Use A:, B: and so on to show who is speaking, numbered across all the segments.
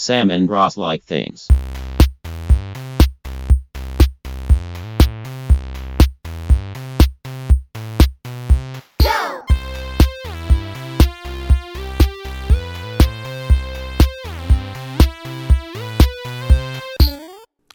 A: Salmon broth like things.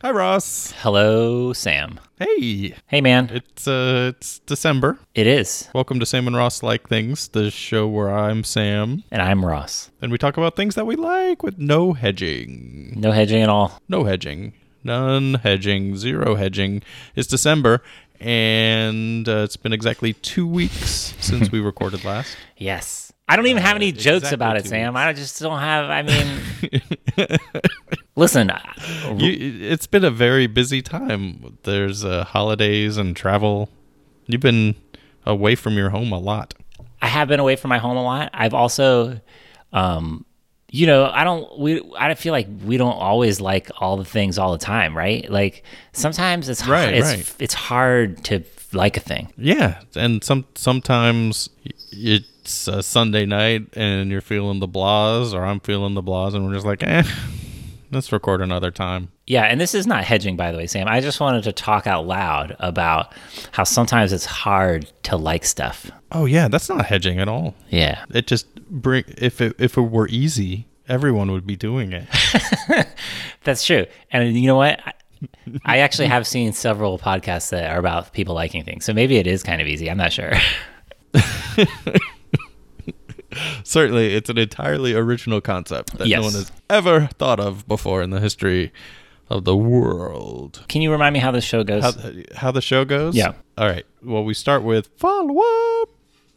B: Hi, Ross.
C: Hello, Sam.
B: Hey,
C: Hey, man.
B: it's uh, it's December.
C: It is.
B: Welcome to Sam and Ross Like Things, the show where I'm Sam,
C: And I'm Ross.
B: and we talk about things that we like with no hedging,
C: No hedging at all.
B: no hedging, none hedging, zero hedging. It's December, and uh, it's been exactly two weeks since we recorded last.
C: Yes. I don't even have any jokes
B: Uh, exactly
C: about it,
B: two
C: Sam. I just don't have, I mean. Listen, I-
B: You, it's been a very busy time. There's uh, holidays and travel. You've been away from your home a lot.
C: I have been away from my home a lot. I've also, um, you know, I don't. We I feel like we don't always like all the things all the time, right? Like sometimes it's
B: Right,
C: it's
B: right.
C: it's hard to like a thing.
B: Yeah, and some sometimes y- it's a Sunday night and you're feeling the blahs, or I'm feeling the blahs, and we're just like, eh, let's record another time.
C: Yeah, and this is not hedging, by the way, Sam. I just wanted to talk out loud about how sometimes it's hard to like stuff.
B: Oh yeah, that's not hedging at all.
C: Yeah.
B: It just bring if it if it were easy, everyone would be doing it.
C: That's true. And you know what? I, I actually have seen several podcasts that are about people liking things. So maybe it is kind of easy. I'm not sure.
B: Certainly, it's an entirely original concept that
C: Yes.
B: no one has ever thought of before in the history of the world.
C: Can you remind me how this show goes?
B: How, how the show goes?
C: Yeah.
B: All right. Well, we start with follow up.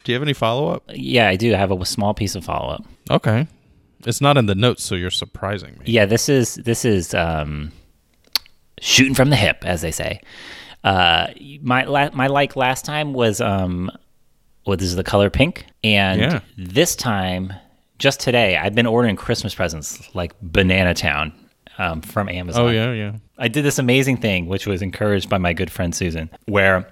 B: Do you have any follow up?
C: yeah, I do. I have a small piece of follow up.
B: Okay. It's not in the notes, so you're surprising me.
C: Yeah, this is this is um, shooting from the hip, as they say. Uh, my la- my like last time was um, well, this is the color pink, and
B: Yeah.
C: this time, just today, I've been ordering Christmas presents like Banana Town um, from Amazon.
B: Oh yeah, yeah.
C: I did this amazing thing, which was encouraged by my good friend Susan, where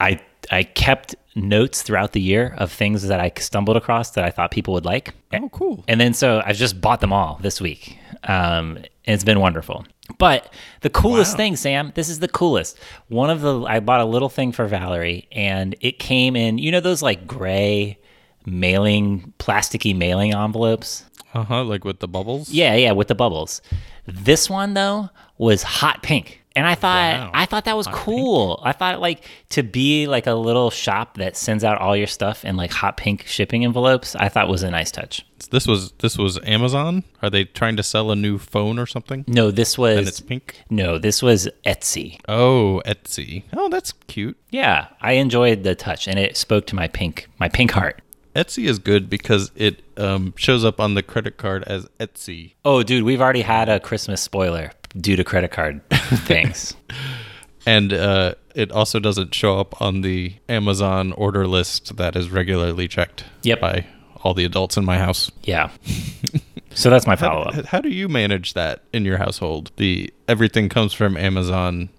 C: I I kept notes throughout the year of things that I stumbled across that I thought people would like.
B: Oh, cool.
C: And then so I've just bought them all this week. Um, and it's been wonderful. But the coolest thing, Sam, this is the coolest. One of the, I bought a little thing for Valerie and it came in, you know, those like gray mailing, plasticky mailing envelopes?
B: Uh huh. Like with the bubbles.
C: Yeah, yeah, with the bubbles. This one though was hot pink. And I thought
B: Wow.
C: I thought that was cool. I thought like to be like a little shop that sends out all your stuff in like hot pink shipping envelopes, I thought was a nice touch.
B: This was this was Amazon. Are they trying to sell a new phone or something?
C: No, this
B: And it's
C: was
B: pink.
C: no, this was Etsy.
B: Oh, Etsy. Oh, that's cute.
C: Yeah, I enjoyed the touch and it spoke to my pink my pink heart.
B: Etsy is good because it um, shows up on the credit card as Etsy.
C: Oh, dude, we've already had a Christmas spoiler due to credit card things.
B: And uh, it also doesn't show up on the Amazon order list that is regularly checked
C: Yep.
B: by all the adults in my house.
C: Yeah. So that's my follow up.
B: H- How do you manage that in your household? The everything comes from Amazon,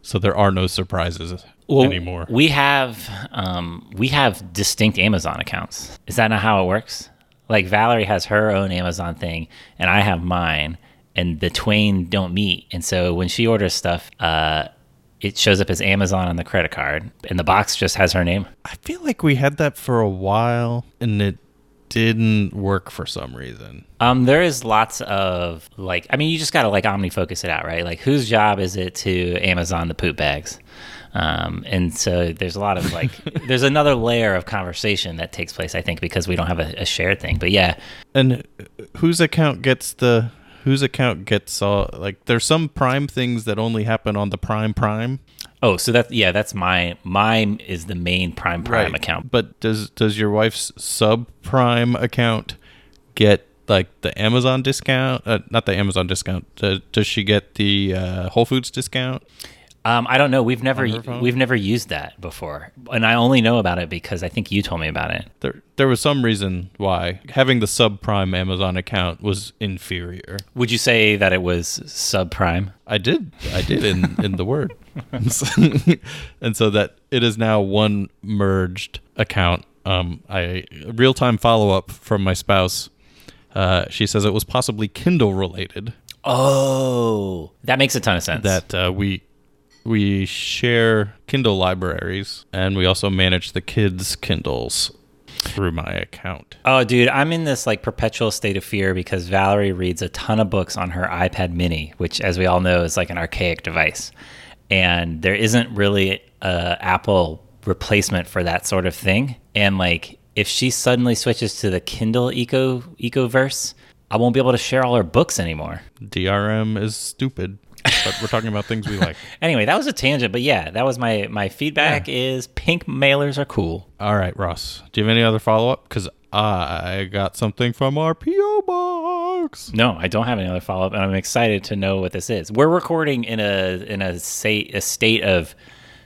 B: so there are no surprises
C: Well,
B: anymore.
C: We have um, we have distinct Amazon accounts. Is that not how it works? Like Valerie has her own Amazon thing, and I have mine, and the twain don't meet. And so when she orders stuff, uh, it shows up as Amazon on the credit card, and the box just has her name.
B: I feel like we had that for a while, and it didn't work for some reason.
C: Um, there is lots of like, I mean, you just gotta like OmniFocus it out, right? Like, whose job is it to Amazon the poop bags? Um, and so there's a lot of like, there's another layer of conversation that takes place, I think, because we don't have a, a shared thing. But yeah,
B: And uh, whose account gets the whose account gets all like? There's some Prime things that only happen on the Prime Prime
C: oh, so that's yeah, that's my mine is the main Prime Prime account.
B: But does does your wife's sub Prime account get like the Amazon discount? Uh, not the Amazon discount. Uh, does she get the uh, Whole Foods discount?
C: Um, I don't know. We've never
B: her phone?
C: we've never used that before, and I only know about it because I think you told me about it.
B: There, there was some reason why having the subprime Amazon account was inferior.
C: Would you say that it was subprime?
B: I did. I did in, in the word. and so that it is now one merged account. Um, I real time follow up from my spouse Uh, she says it was possibly Kindle related
C: Oh, that makes a ton of sense.
B: that uh, we we share Kindle libraries and we also manage the kids' Kindles through my account.
C: Oh, dude, I'm in this like perpetual state of fear because Valerie reads a ton of books on her iPad mini, which, as we all know, is like an archaic device. And there isn't really a Apple replacement for that sort of thing. And like, if she suddenly switches to the Kindle Eco Ecoverse, I won't be able to share all her books anymore.
B: DRM is stupid, but we're talking about things we like.
C: Anyway, that was a tangent, but yeah, that was my my feedback is pink mailers are cool.
B: All right, Ross. Do you have any other follow up? Because I got something from our PO box.
C: No, I don't have any other follow up, and I'm excited to know what this is. We're recording in a in a state a state of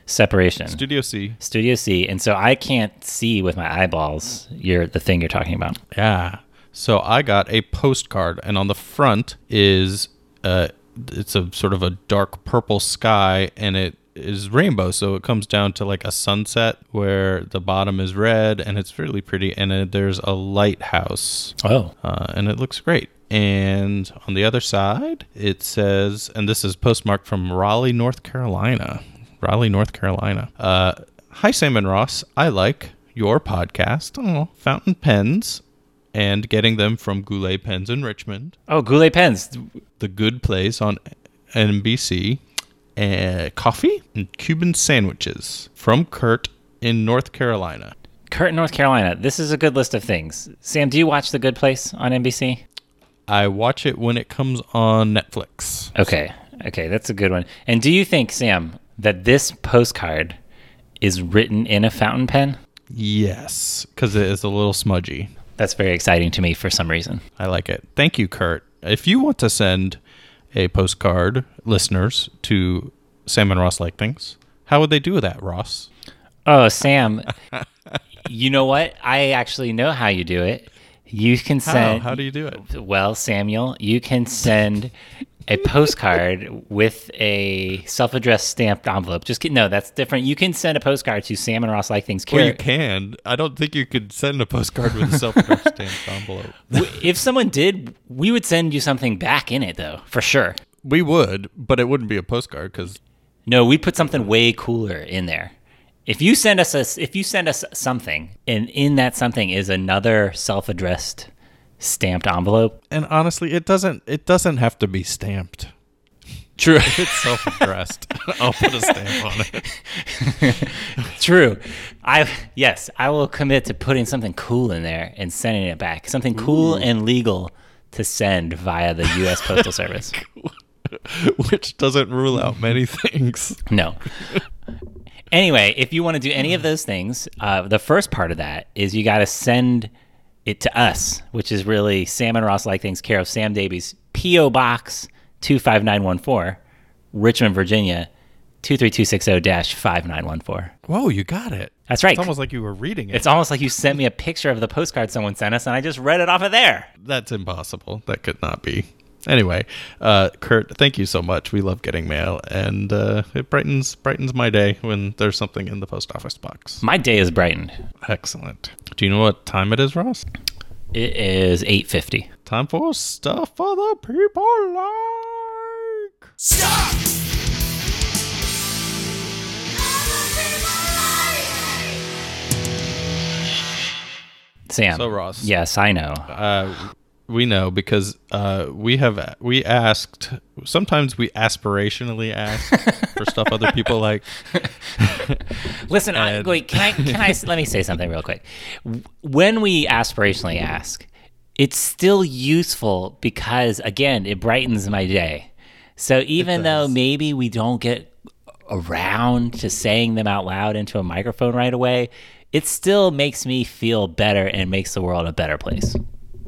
C: separation,
B: Studio C.
C: Studio C, and so I can't see with my eyeballs. You're the thing you're talking about.
B: Yeah. So I got a postcard, and on the front is uh, it's a sort of a dark purple sky, and it is rainbow. So it comes down to like a sunset where the bottom is red, and it's really pretty. And then there's a lighthouse
C: Oh,
B: uh, and it looks great. And on the other side, it says, and this is postmarked from Raleigh, North Carolina. Raleigh, North Carolina. Uh, Hi, Sam and Ross. I like your podcast, oh, Fountain Pens, and getting them from Goulet Pens in Richmond,
C: oh, Goulet pens.
B: The Good Place on NBC, uh, coffee and Cuban sandwiches from Kurt in North Carolina.
C: Kurt, North Carolina. This is a good list of things. Sam, do you watch The Good Place on NBC?
B: I watch it when it comes on Netflix.
C: Okay, okay, that's a good one. And do you think, Sam, that this postcard is written in a fountain pen?
B: Yes, because it is a little smudgy.
C: That's very exciting to me for some reason.
B: I like it. Thank you, Kurt. If you want to send a postcard, listeners, to Sam and Ross Like Things, how would they do that, Ross?
C: Oh, Sam, you know what? I actually know how you do it. You can
B: How?
C: send.
B: How do you do it?
C: well, Samuel, you can send a postcard with a self-addressed stamped envelope. Just kidding. No, that's different. You can send a postcard to Sam and Ross Like Things.
B: Well,
C: Care-
B: you can. I don't think you could send a postcard with a self-addressed stamped envelope.
C: W- if someone did, we would send you something back in it, though, for sure.
B: We would, but it wouldn't be a postcard because
C: No, we put something way cooler in there. If you send us a, if you send us something, and in that something is another self-addressed stamped envelope.
B: and honestly, it doesn't. It doesn't have to be stamped.
C: True,
B: It's self-addressed. I'll put a stamp on it.
C: true. I yes, I will commit to putting something cool in there and sending it back. Something cool and legal to send via the U.S. Postal Service.
B: which doesn't rule out many things.
C: No. anyway, if you want to do any of those things, uh, the first part of that is you got to send it to us, which is really Sam and Ross Like Things, care of Sam Davies, P.O. Box 25914, Richmond, Virginia 23260 5914.
B: Whoa, you got it.
C: That's right.
B: It's almost like you were reading it.
C: It's almost like you sent me a picture of the postcard someone sent us, and I just read it off of there.
B: That's impossible. That could not be. Anyway, uh, Kurt, thank you so much. We love getting mail, and uh, it brightens brightens my day when there's something in the post office box.
C: My day is brightened.
B: Excellent. Do you know what time it is, Ross?
C: It is 8.50.
B: Time for stuff other people like.
C: Sam.
B: So, Ross.
C: Yes, I know.
B: Uh, we know because uh, we have we asked. Sometimes we aspirationally ask for stuff other people like.
C: Listen, I, wait. Can I? Can I? let me say something real quick. W- When we aspirationally ask, it's still useful because again, it brightens my day. So even though maybe we don't get around to saying them out loud into a microphone right away, it still makes me feel better and makes the world a better place.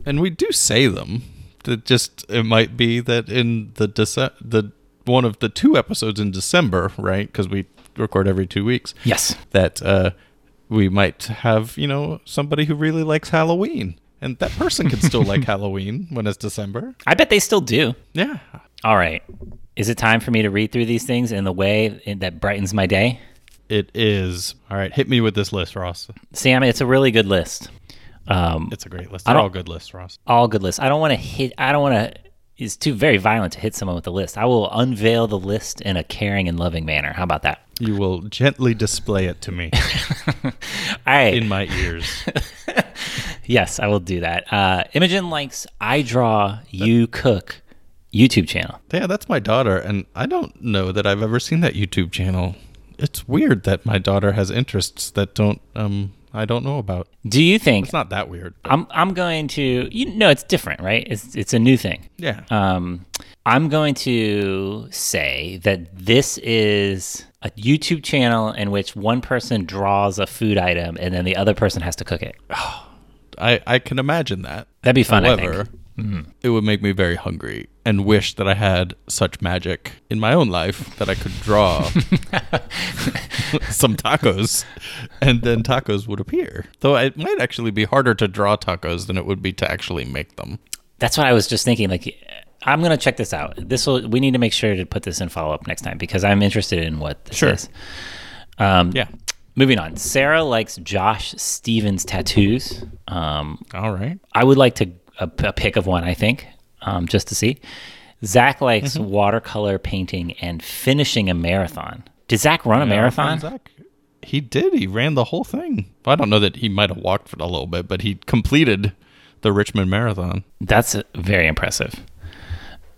B: and we do say them. It just it might be that in the Dece- the one of the two episodes in December, right? Because we record every two weeks.
C: Yes.
B: That uh, we might have you know somebody who really likes Halloween, and that person can still like Halloween when it's December.
C: I bet they still do.
B: Yeah.
C: All right. Is it time for me to read through these things in the way in- that brightens my day?
B: It is. All right, hit me with this list, Ross.
C: Sam, it's a really good list. Um,
B: It's a great list.
C: I
B: They're
C: don't-
B: all good lists, Ross.
C: all good lists. I don't want to hit. I don't want to. It's too very violent to hit someone with a list. I will unveil the list in a caring and loving manner. How about that?
B: You will gently display it to me
C: All right.
B: in my ears.
C: yes, I will do that. Uh, Imogen likes I draw, you cook YouTube channel.
B: Yeah, that's my daughter, and I don't know that I've ever seen that YouTube channel. It's weird that my daughter has interests that don't um I don't know about.
C: Do you think
B: It's not that weird. but
C: I'm I'm going to you know it's different, right? It's it's a new thing.
B: yeah.
C: Um, I'm going to say that this is a YouTube channel in which one person draws a food item and then the other person has to cook it.
B: I, I can imagine that.
C: That'd be fun. I
B: However,
C: think. Mm-hmm.
B: it would make me very hungry and wish that I had such magic in my own life that I could draw some tacos and then tacos would appear. Though it might actually be harder to draw tacos than it would be to actually make them.
C: That's what I was just thinking. Like, I'm gonna check this out. This will. We need to make sure to put this in follow up next time because I'm interested in what this
B: Sure.
C: is. Um,
B: Yeah.
C: Moving on. Sarah likes Josh Stevens tattoos. Um,
B: All right.
C: I would like to a, a pick of one. I think um, just to see. Zach likes watercolor painting and finishing a marathon. Did Zach run a marathon?
B: Zach, he did. He ran the whole thing. I don't know that he might have walked for a little bit, but he completed the Richmond Marathon.
C: That's uh, very impressive.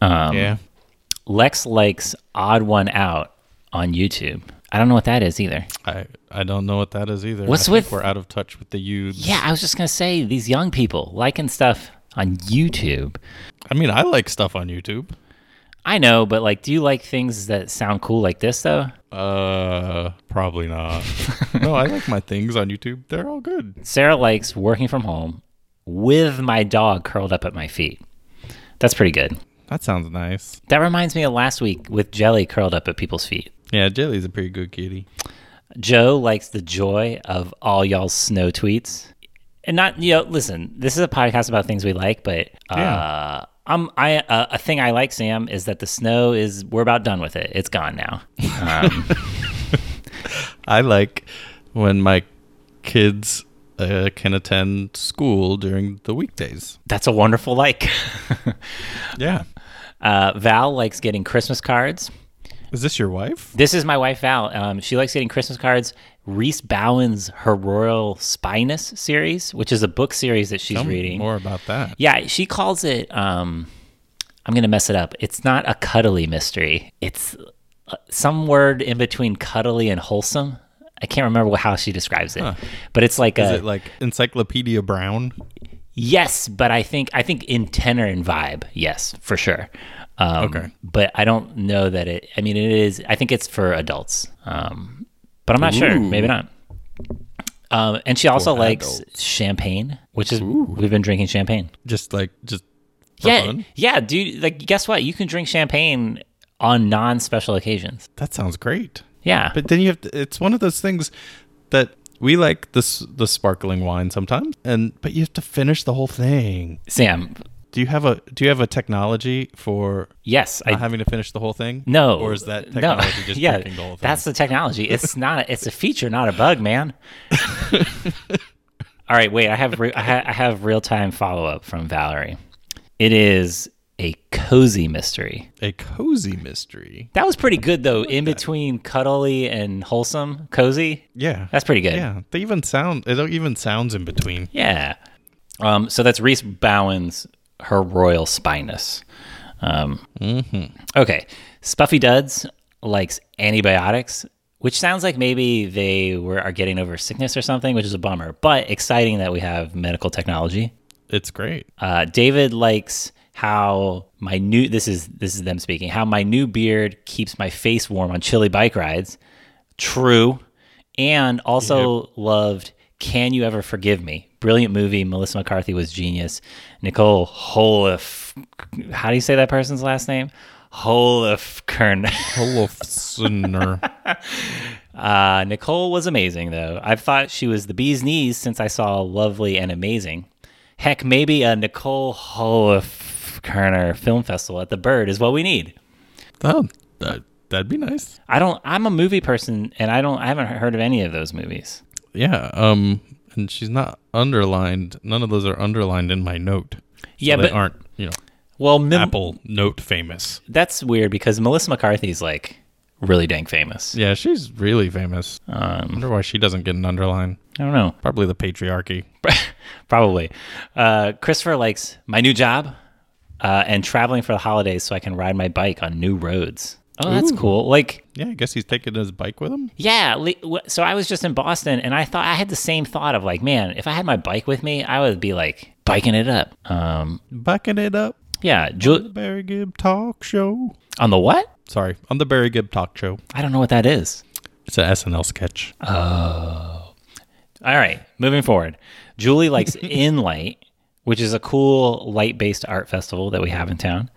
C: Um,
B: yeah.
C: Lex likes Odd One Out on YouTube. I don't know what that is either.
B: I, I don't know what that is either.
C: What's
B: I think
C: with-
B: we're out of touch with the youths.
C: Yeah, I was just gonna say these young people liking stuff on YouTube.
B: I mean, I like stuff on YouTube.
C: I know, but like, do you like things that sound cool like this though?
B: Uh, probably not. no, I like my things on YouTube. They're all good.
C: Sarah likes working from home with my dog curled up at my feet. That's pretty good.
B: That sounds nice.
C: That reminds me of last week with Jelly curled up at people's feet.
B: Yeah, Jelly's a pretty good kitty.
C: Joe likes the joy of all y'all's snow tweets. And not, you know, listen, this is a podcast about things we like, but uh,
B: Yeah.
C: I'm, I, uh, a thing I like, Sam, is that the snow is, we're about done with it. It's gone now. Um,
B: I like when my kids uh, can attend school during the weekdays.
C: that's a wonderful like.
B: Yeah.
C: Uh, Val likes getting Christmas cards.
B: Is this your wife?
C: This is my wife Val. Um, she likes getting Christmas cards. Reese Bowen's Her Royal Spyness series, which is a book series that she's
B: Tell me
C: reading.
B: more about that.
C: Yeah, she calls it. Um, I'm gonna mess it up. It's not a cuddly mystery. It's uh, some word in between cuddly and wholesome. I can't remember how she describes it, but it's like
B: Is
C: a
B: it like Encyclopedia Brown?
C: yes, but I think I think in tenor and vibe, yes, for sure. Um,
B: Okay.
C: but I don't know that it. I mean, it is. I think it's for adults, um, but I'm not sure.
B: Ooh.
C: Maybe not. Um, and she also likes
B: adults.
C: champagne, which is we've been drinking champagne.
B: Just like just for
C: yeah,
B: fun?
C: yeah, dude. Like, guess what? You can drink champagne on non-special occasions.
B: That sounds great.
C: Yeah,
B: But then you have to, it's one of those things that we like this the sparkling wine sometimes and but you have to finish the whole thing.
C: Sam.
B: Do you have a do you have a technology for
C: Yes,
B: not
C: I
B: having to finish the whole thing?
C: no.
B: Or is that
C: no.
B: technology just
C: yeah,
B: drinking the whole thing?
C: That's the technology. It's not. It's a feature, not a bug, man. All right, wait. I have re- I, ha- I have real time follow up from Valerie. It is a cozy mystery.
B: a cozy mystery.
C: That was pretty good though. In between cuddly and wholesome, cozy.
B: Yeah.
C: That's pretty good.
B: yeah. They even sound it even sounds in between.
C: Yeah. Um, so that's Reese Bowen's Her Royal Spinus. Um, Okay. Spuffy Duds likes antibiotics, which sounds like maybe they were are getting over sickness or something, which is a bummer, but exciting that we have medical technology.
B: It's great.
C: Uh, David likes how my new this is this is them speaking how my new beard keeps my face warm on chilly bike rides. True, and also loved. Can you ever forgive me? Brilliant movie. Melissa McCarthy was genius. Nicole Holof. How do you say that person's last name? Holofkern.
B: Olofsner.
C: Uh, Nicole was amazing, though. I've thought she was the bee's knees since I saw Lovely and Amazing. Heck, maybe a Nicole Holoferner film festival at the Bird is what we need.
B: oh, that, that'd be nice.
C: I don't. I'm a movie person, and I don't. I haven't heard of any of those movies.
B: yeah um and she's not underlined. None of those are underlined in my note. So
C: Yeah,
B: they
C: but-
B: aren't you know
C: Well, Mim-
B: Apple Note famous.
C: that's weird because Melissa McCarthy's like really dang famous.
B: Yeah, she's really famous. I
C: Um,
B: wonder why she doesn't get an underline.
C: I don't know.
B: Probably the patriarchy.
C: Probably. Uh, Christopher likes my new job uh, and traveling for the holidays so I can ride my bike on new roads. Oh, that's cool. Like,
B: Yeah, I guess he's taking his bike with him.
C: yeah. li- wh- So I was just in Boston and I thought I had the same thought of like, man, if I had my bike with me, I would be like biking it up. Um,
B: Bucking it up.
C: yeah. Ju-
B: Barry Gibb talk show.
C: on the what?
B: Sorry, on the Barry Gibb talk show.
C: I don't know what that is.
B: It's an SNL sketch.
C: All right, moving forward. Julie likes InLight, which is a cool light based art festival that we have in town.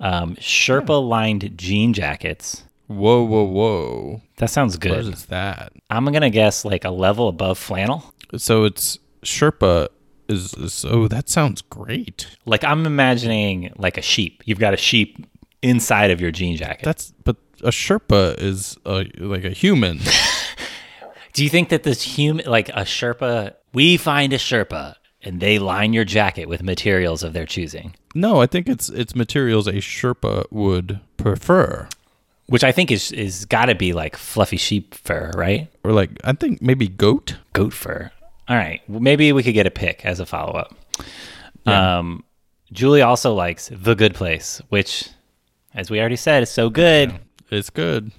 C: Um, Sherpa lined jean jackets.
B: Whoa, whoa, whoa.
C: That sounds
B: What
C: good.
B: is that?
C: I'm going to guess like a level above flannel.
B: So it's Sherpa is, is oh that sounds great.
C: Like I'm imagining like a sheep. You've got a sheep inside of your jean jacket.
B: That's but a Sherpa is a, like a human.
C: Do you think that this human, like a Sherpa, we find a Sherpa and they line your jacket with materials of their choosing,
B: no, I think it's it's materials a Sherpa would prefer.
C: which I think is, is got to be like fluffy sheep fur, right?
B: Or like I think maybe goat.
C: goat fur. All right, well, maybe we could get a pick as a follow up. Um, Julie also likes the Good Place, which, as we already said, is so good.
B: It's good.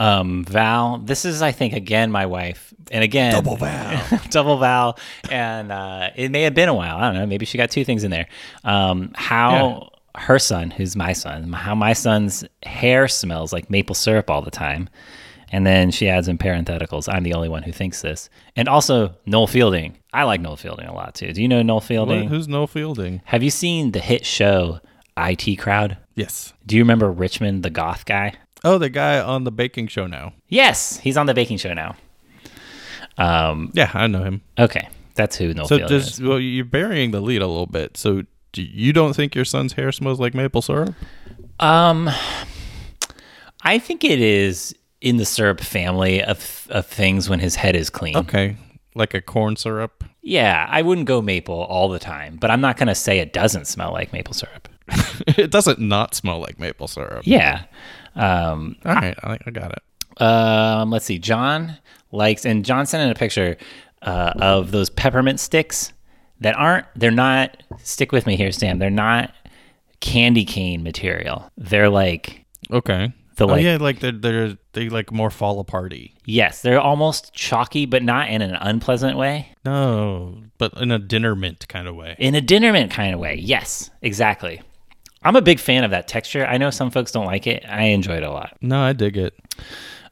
C: Um, Val, this is I think again my wife, and again double Val, double Val, and uh, it may have been a while. I don't know. Maybe she got two things in there. Um, how her son, who's my son, how my son's hair smells like maple syrup all the time. And then she adds in parentheticals, I'm the only one who thinks this. And also Noel Fielding. I like Noel Fielding a lot too. Do you know Noel
B: What-
C: Fielding?
B: who's no fielding?
C: Have you seen the hit show IT Crowd?
B: Yes.
C: Do you remember Richmond, the goth guy?
B: Oh, the guy on the baking show now.
C: Yes, he's on the baking show now. Um,
B: Yeah, I know him.
C: okay, that's who Noel
B: So
C: Fielding
B: does
C: is.
B: well, you're burying the lead a little bit. So do you don't think your son's hair smells like maple syrup?
C: Um, I think it is in the syrup family of of things when his head is clean.
B: Okay, like a corn syrup.
C: Yeah, I wouldn't go maple all the time, but I'm not gonna say it doesn't smell like maple syrup.
B: it doesn't not smell like maple syrup.
C: Yeah. Um,
B: All right, I, I got it.
C: um, let's see. John likes, and John sent in a picture uh, of those peppermint sticks that aren't, they're not, stick with me here, Sam, they're not candy cane material. They're like,
B: Okay.
C: The,
B: oh
C: like-
B: yeah, like they're they're they like more fall aparty.
C: yes, they're almost chalky, but not in an unpleasant way,
B: No, but in a dinner mint kind of way.
C: in a dinner mint kind of way. Yes, exactly. I'm a big fan of that texture. I know some folks don't like it. I enjoy it a lot.
B: No, I dig it.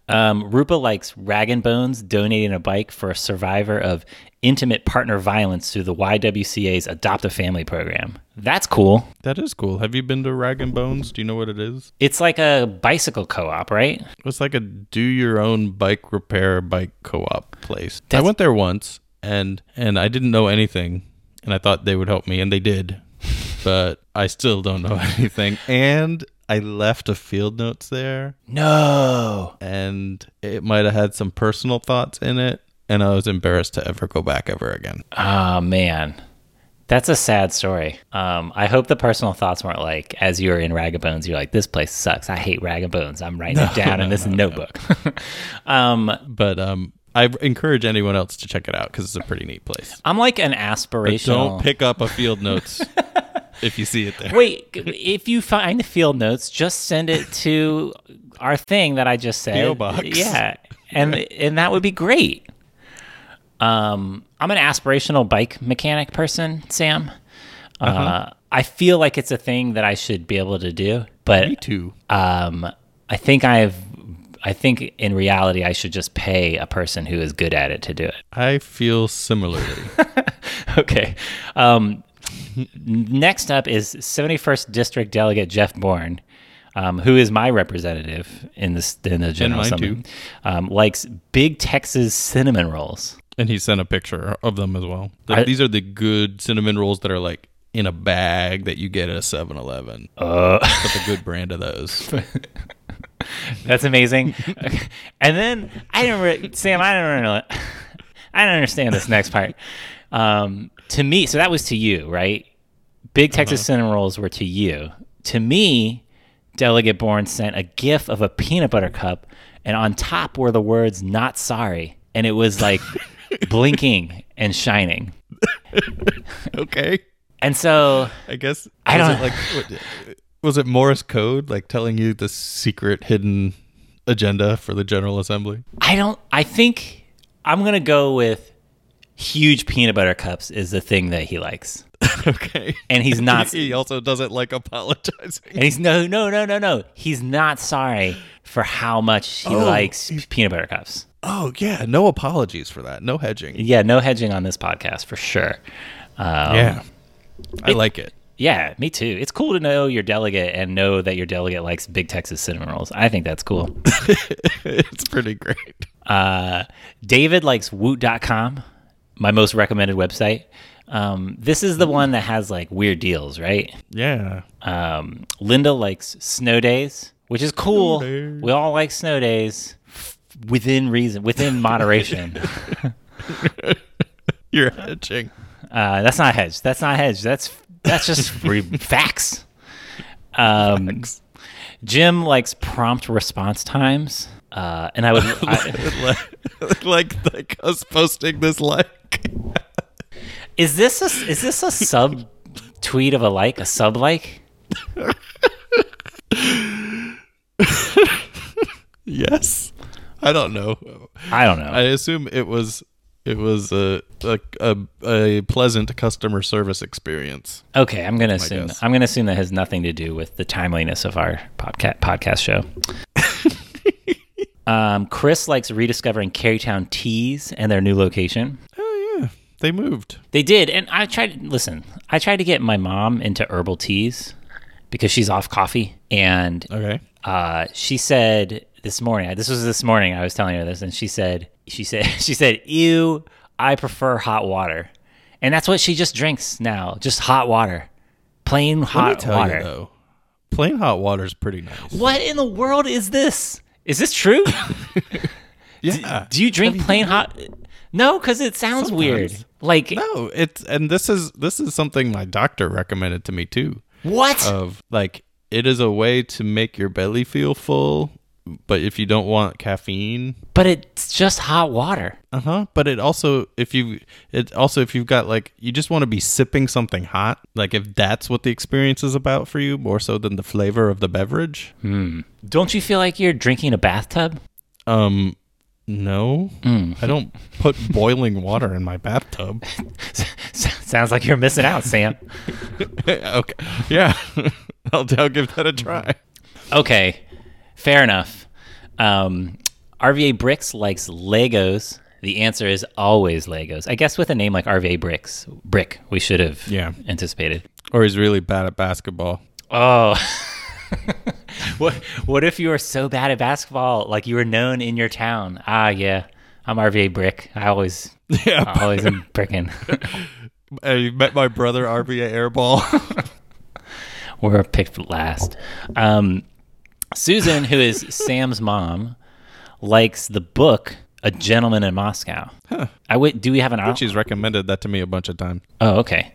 C: Um, Rupa likes Rag and Bones donating a bike for a survivor of intimate partner violence through the YWCA's Adopt a Family program. That's cool.
B: That is cool. Have you been to Rag and Bones? Do you know what it is?
C: It's like a bicycle co-op, right?
B: It's like a do your own bike repair bike co-op place. I
C: That's-
B: went there once and and I didn't know anything and I thought they would help me and they did. but I still don't know anything and I left a field notes there
C: No.
B: and it might have had some personal thoughts in it and I was embarrassed to ever go back ever again.
C: Oh man. That's a sad story. Um, I hope the personal thoughts weren't like, as you were in Rag and Bones, you're like, this place sucks. I hate Rag and Bones. I'm writing it down in this notebook. um,
B: But um I encourage anyone else to check it out cuz it's a pretty neat place.
C: I'm like an aspirational.
B: Don't pick up a field notes if you see it there.
C: Wait, if you find the field notes, just send it to our thing that I just said.
B: PO box.
C: Yeah, and and that would be great. Um, I'm an aspirational bike mechanic person, Sam. uh
B: Uh-huh.
C: I feel like it's a thing that I should be able to do, but
B: Me too.
C: um, I think I've. I think in reality, I should just pay a person who is good at it to do it.
B: I feel similarly.
C: Okay. Um, n- next up is 71st District Delegate Jeff Bourne, um, who is my representative in this in the general
B: mine
C: assembly. Um, likes big Texas cinnamon rolls.
B: And he sent a picture of them as well. The-
C: I-
B: these are the good cinnamon rolls that are like in a bag that you get at a 7 Eleven. Uh. But the good brand of those.
C: That's amazing. and then I don't re- Sam. I don't really. I don't understand this next part. Um, to me, so that was to you, right? Big Texas cinnamon rolls were to you. To me, Delegate Bourne sent a gif of a peanut butter cup, and on top were the words "Not sorry," and it was like blinking and shining.
B: okay.
C: And so
B: I guess
C: I
B: was
C: don't-
B: it like what- was it Morse code like telling you the secret hidden agenda for the General Assembly?
C: I don't. I think I'm gonna go with huge peanut butter cups is the thing that he likes,
B: okay.
C: and he's not.
B: he also doesn't like apologizing.
C: And he's no, no, no, no, no. He's not sorry for how much he likes peanut butter cups.
B: Oh yeah, no apologies for that. No hedging.
C: Yeah, no hedging on this podcast for sure. Um,
B: Yeah. I like it.
C: yeah, me too. It's cool to know your delegate and know that your delegate likes Big Texas cinnamon rolls. I think that's cool.
B: it's pretty great.
C: Uh, David likes Woot.com, my most recommended website. Um, this is the one that has like weird deals, right?
B: Yeah.
C: Um, Linda likes snow days, which is cool.
B: days.
C: We all like snow days f- within reason, within moderation.
B: You're hedging.
C: Uh, that's not hedge. That's not hedge. That's that's just re- facts. Um, Jim likes prompt response times, uh, and I would. I,
B: like, like like us posting this like
C: is this a, is this a sub tweet of a like a sub like?
B: Yes. I don't know.
C: I don't know.
B: I assume it was it was a a a, a pleasant customer service experience.
C: okay, I'm gonna assume.
B: guess.
C: I'm gonna assume that has nothing to do with the timeliness of our podcast podcast show. um, Chris likes rediscovering Carytown Teas and their new location.
B: Oh yeah. They moved.
C: They did, and I tried. Listen, I tried to get my mom into herbal teas because she's off coffee, and
B: Okay.
C: uh, she said this morning. This was this morning. I was telling her this, and she said, she said, she said, "Ew, I prefer hot water," and that's what she just drinks now, just hot water, plain
B: Let me
C: hot
B: tell
C: water.
B: you though. Plain hot water is pretty nice.
C: what in the world is this? Is this true?
B: Yeah.
C: Do you drink plain hot? No, because it sounds weird.
B: Sometimes.
C: Like
B: no, it's and this is this is something my doctor recommended to me too.
C: what?
B: Of like it is a way to make your belly feel full, but if you don't want caffeine,
C: but it's just hot water.
B: Uh-huh. But it also if you it also if you've got like you just want to be sipping something hot, like if that's what the experience is about for you more so than the flavor of the beverage.
C: Don't you feel like you're drinking a bathtub?
B: Um no. I don't put boiling water in my bathtub.
C: Sounds like you're missing out, Sam.
B: okay. Yeah. I'll, I'll give that a try.
C: okay, fair enough. Um, RVA Bricks likes Legos. The answer is always Legos. I guess with a name like RVA Bricks, Brick, we should have
B: Yeah.
C: anticipated.
B: Or he's really bad at basketball.
C: Oh. what what if you were so bad at basketball like you were known in your town? Ah yeah. I'm RVA Brick. I always I
B: Yeah.
C: always am bricking.
B: I met my brother RBA Airball.
C: We're picked last. Um, Susan, who is Sam's mom, likes the book "A Gentleman in Moscow." I would. Do we have an option?
B: She's recommended that to me a bunch of times.
C: Oh, okay.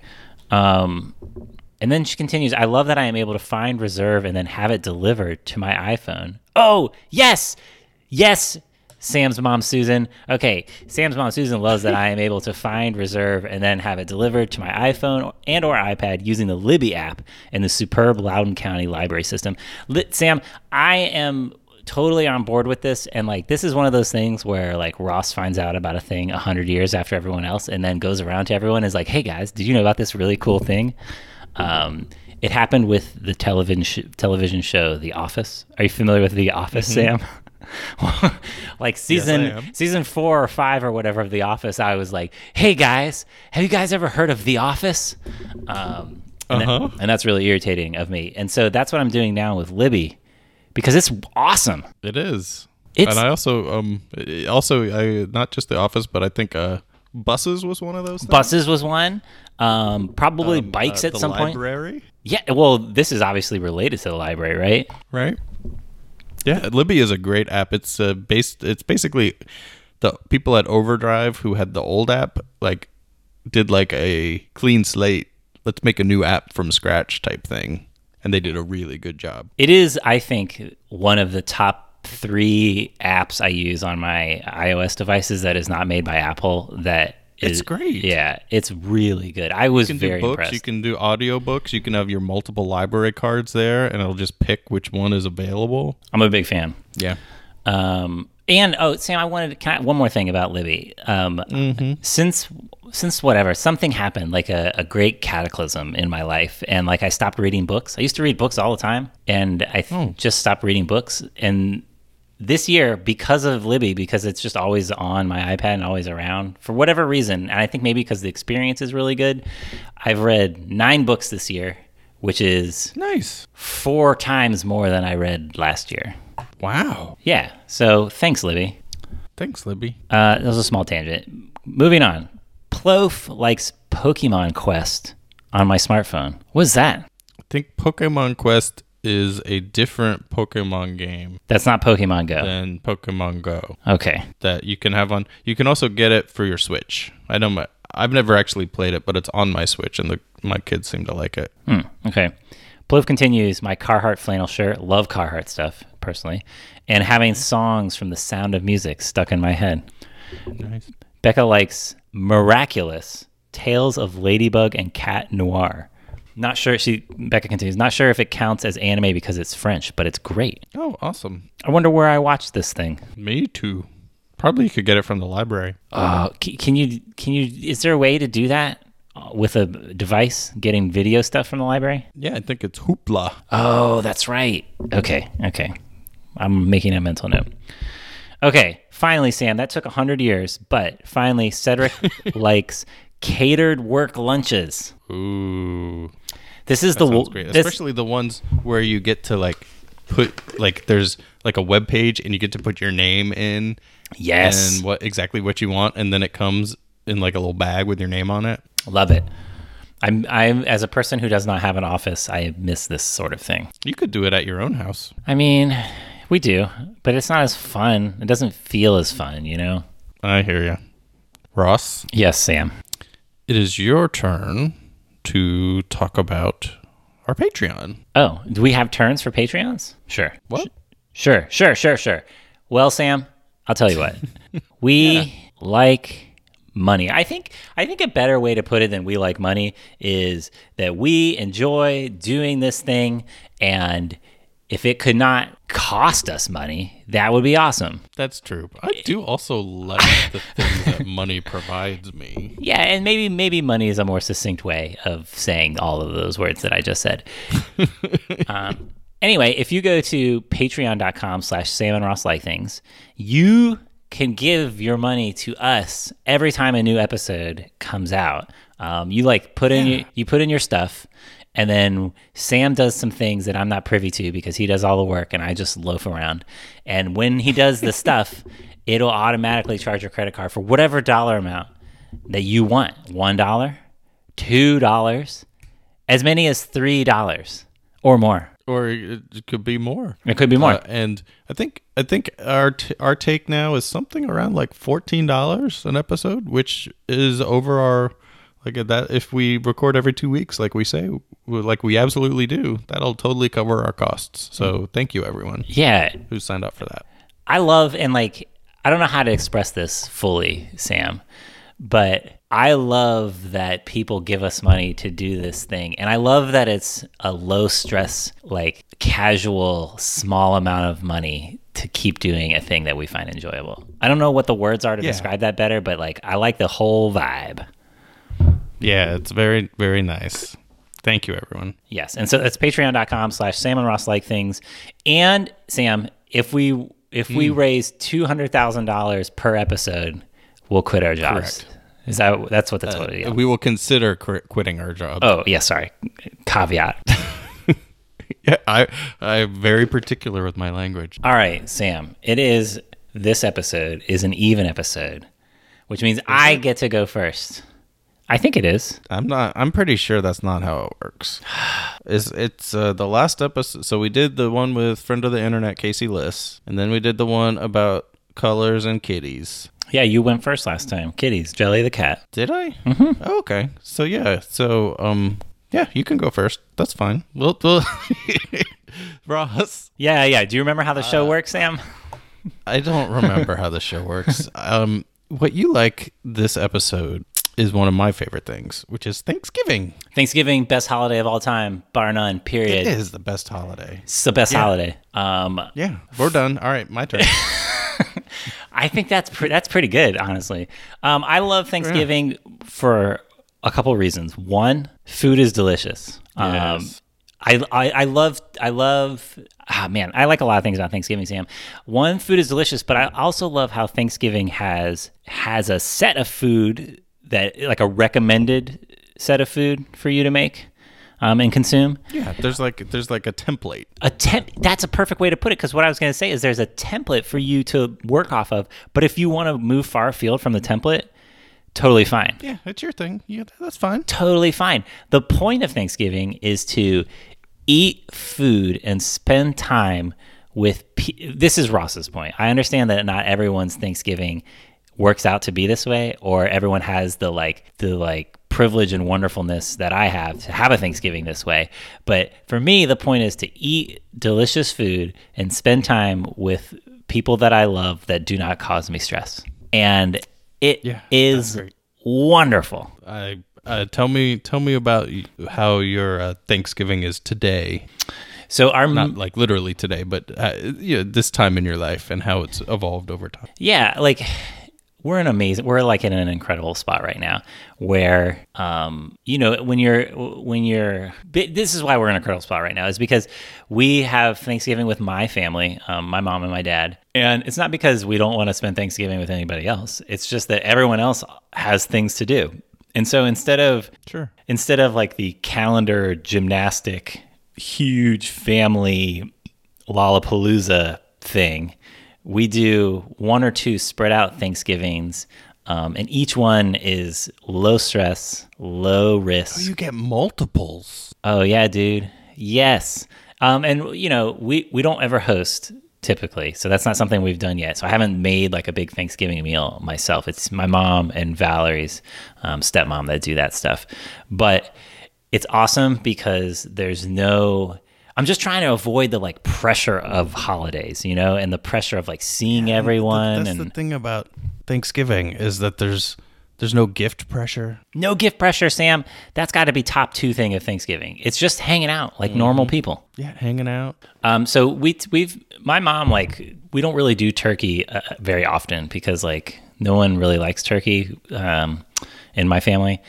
C: Um, and then she continues. I love that I am able to find, reserve, and then have it delivered to my iPhone. Oh, yes, yes. Sam's mom Susan. Okay, Sam's mom Susan loves that I am able to find, reserve, and then have it delivered to my iPhone and or iPad using the Libby app and the superb Loudoun County library system. Li- Sam, I am totally on board with this and like this is one of those things where like ross finds out about a thing 100 years after everyone else and then goes around to everyone and is like hey guys did you know about this really cool thing um, it happened with the television sh- television show the office are you familiar with the office sam like season
B: Mm-hmm. am.
C: season four or five or whatever of the office i was like hey guys have you guys ever heard of the office um, and, that-
B: Uh-huh.
C: and that's really irritating of me and so that's what i'm doing now with libby because it's awesome
B: It is.
C: It's-
B: and I also um I- also I not just the office, but I think uh buses was one of those. Things.
C: buses was one um probably bikes
B: Uh,
C: at
B: the
C: some point
B: library,
C: yeah well this is obviously related to the library right
B: right? Yeah, Libby is a great app. It's uh, based. It's uh, basically the people at Overdrive who had the old app like did like a clean slate, let's make a new app from scratch type thing, and they did a really good job.
C: It is, I think, one of the top three apps I use on my iOS devices that is not made by Apple. That
B: It's
C: is-
B: great.
C: Yeah, it's really good. I was
B: You can
C: very
B: do books,
C: impressed.
B: you can do audiobooks, you can have your multiple library cards there and it'll just pick which one is available.
C: I'm a big fan.
B: Yeah.
C: Um, and oh, Sam, I wanted to can I, one more thing about Libby. Um, Since since whatever something happened, like a, a great cataclysm in my life, and like I stopped reading books. I used to read books all the time, and I th- just stopped reading books. And this year, because of Libby, because it's just always on my iPad and always around for whatever reason, and I think maybe because the experience is really good, I've read nine books this year, which is
B: Nice.
C: four times more than I read last year.
B: Wow.
C: Yeah. So thanks, Libby.
B: Thanks, Libby.
C: Uh, that was a small tangent. Moving on. Plof likes Pokemon Quest on my smartphone. What's that?
B: I think Pokemon Quest is a different Pokemon game
C: That's not Pokemon Go.
B: than Pokemon Go
C: Okay.
B: that you can have on. You can also get it for your Switch. I know my, I've never actually played it, but it's on my Switch, and the, my kids seem to like it.
C: Hmm. Okay. Plof continues my Carhartt flannel shirt. Love Carhartt stuff, personally. And having songs from the sound of music stuck in my head.
B: Nice.
C: Becca likes Miraculous Tales of Ladybug and Cat Noir. Not sure she Becca continues. Not sure if it counts as anime because it's French, but it's great.
B: Oh, awesome.
C: I wonder where I watched this thing.
B: Me too. Probably you could get it from the library.
C: Uh, c- can you can you is there a way to do that uh, with a device getting video stuff from the library?
B: Yeah, I think it's Hoopla.
C: Oh, that's right. Okay, okay. I'm making a mental note. Okay, finally, Sam. That took hundred years, but finally, Cedric likes catered work lunches.
B: Ooh.
C: This is the
B: Sounds
C: wo-
B: great.
C: this-
B: Especially the ones where you get to like put like there's like a web page and you get to put your name in
C: yes.
B: and what exactly what you want and then it comes in like a little bag with your name on it.
C: Love it. I'm I'm as a person who does not have an office, I miss this sort of thing.
B: You could do it at your own house.
C: I mean, we do, but it's not as fun. It doesn't feel as fun, you know.
B: I hear you. Ross,
C: Yes, Sam.
B: it is your turn to talk about our Patreon.
C: Oh, do we have turns for Patreons? Sure.
B: What?
C: Sure, sure, sure, sure. Well, Sam, I'll tell you what. we like money. I think I think a better way to put it than we like money is that we enjoy doing this thing and if it could not cost us money, that would be awesome.
B: That's true. I do also like the things that money provides me.
C: Yeah, and maybe maybe money is a more succinct way of saying all of those words that I just said. um, anyway, if you go to patreon.com slash Sam and Ross Like Things, you can give your money to us every time a new episode comes out. Um, you like put in your, you put in your stuff and then Sam does some things that I'm not privy to because he does all the work and I just loaf around. And when he does the stuff, it'll automatically charge your credit card for whatever dollar amount that you want one dollar, two dollars, as many as three dollars or more.
B: Or it it could be more.
C: It could be more.
B: Uh, and I think I think our t- our take now is something around like fourteen dollars an episode, which is over our like at that. If we record every two weeks, like we say, w- like we absolutely do, that'll totally cover our costs. So thank you everyone
C: yeah,
B: who signed up for that.
C: I love and like I don't know how to express this fully, Sam, but I love that people give us money to do this thing. And I love that it's a low stress, like casual, small amount of money to keep doing a thing that we find enjoyable. I don't know what the words are to describe that better, but like I like the whole vibe.
B: Yeah, it's very very nice. Thank you everyone.
C: Yes. And so that's patreon.com slash Sam and Ross like things. And Sam, if we if we raise two hundred thousand dollars per episode, we'll quit our jobs. Is that that's what that's what it is.
B: We will consider qu- quitting our job.
C: Oh yeah, sorry. Caveat.
B: Yeah, I I'm very particular with my language.
C: All right, Sam. It is this episode is an even episode, which means I get to go first. I think it is.
B: I'm not. I'm pretty sure that's not how it works. It's it's uh, the last episode. So we did the one with friend of the internet Casey Liss, and then we did the one about colors and kitties.
C: Yeah, you went first last time. Kitties, Jelly the cat.
B: Did I? Mm-hmm. Oh, okay. So yeah. So um. Yeah, you can go first. That's fine. We'll, we'll Ross.
C: Yeah, yeah. Do you remember how the show works, Sam?
B: I don't remember how the show works. Um, what you like this episode is one of my favorite things, which is Thanksgiving.
C: Thanksgiving, best holiday of all time, bar none.
B: It
C: Period.
B: is the best holiday.
C: It's the best holiday. Um,
B: Yeah, we're done. All right, my turn.
C: I think that's pre- that's pretty good, honestly. Um, I love Thanksgiving for a couple reasons. One, food is delicious. Um,
B: Yes.
C: I, I I love I love ah man I like a lot of things about Thanksgiving Sam. One food is delicious, but I also love how Thanksgiving has has a set of food that like a recommended set of food for you to make um, and consume
B: yeah, there's like there's like a template.
C: a temp that's a perfect way to put it because what i was going to say is there's a template for you to work off of but if you want to move far afield from the template totally fine
B: Yeah, it's your thing. Yeah, that's fine.
C: totally fine the point of thanksgiving is to eat food and spend time with pe- this is ross's point i understand that not everyone's thanksgiving works out to be this way or everyone has the like the like privilege and wonderfulness that i have to have a thanksgiving this way but for me the point is to eat delicious food and spend time with people that i love that do not cause me stress and it is
B: Yeah, that's great.
C: wonderful
B: I uh, tell me tell me about y- how your uh, Thanksgiving is today.
C: so our
B: Not like literally today, but uh, you know, this time in your life and how it's evolved over time.
C: yeah like we're in amazing we're like in an incredible spot right now where um you know when you're when you're bi- this is why we're in a incredible spot right now is because we have thanksgiving with my family um, my mom and my dad and it's not because we don't want to spend thanksgiving with anybody else it's just that everyone else has things to do and so instead of
B: Sure.
C: instead of like the calendar gymnastic huge family lollapalooza thing we do one or two spread out thanksgivings um, and each one is low stress low risk
B: You get multiples.
C: Oh yeah, dude. Yes. Um, and you know, we we don't ever host typically, so that's not something we've done yet. So I haven't made like a big Thanksgiving meal myself. It's my mom and Valerie's um, stepmom that do that stuff, but it's awesome because there's no. I'm just trying to avoid the like pressure of holidays, you know, and the pressure of like seeing everyone
B: That's
C: and
B: the thing about Thanksgiving is that there's there's no gift pressure.
C: no gift pressure, Sam. That's got to be top two thing of Thanksgiving. It's just hanging out
B: Mm-hmm.
C: like normal people.
B: Yeah, hanging out.
C: Um, so we we've my mom like we don't really do turkey uh, very often because like no one really likes turkey um, in my family.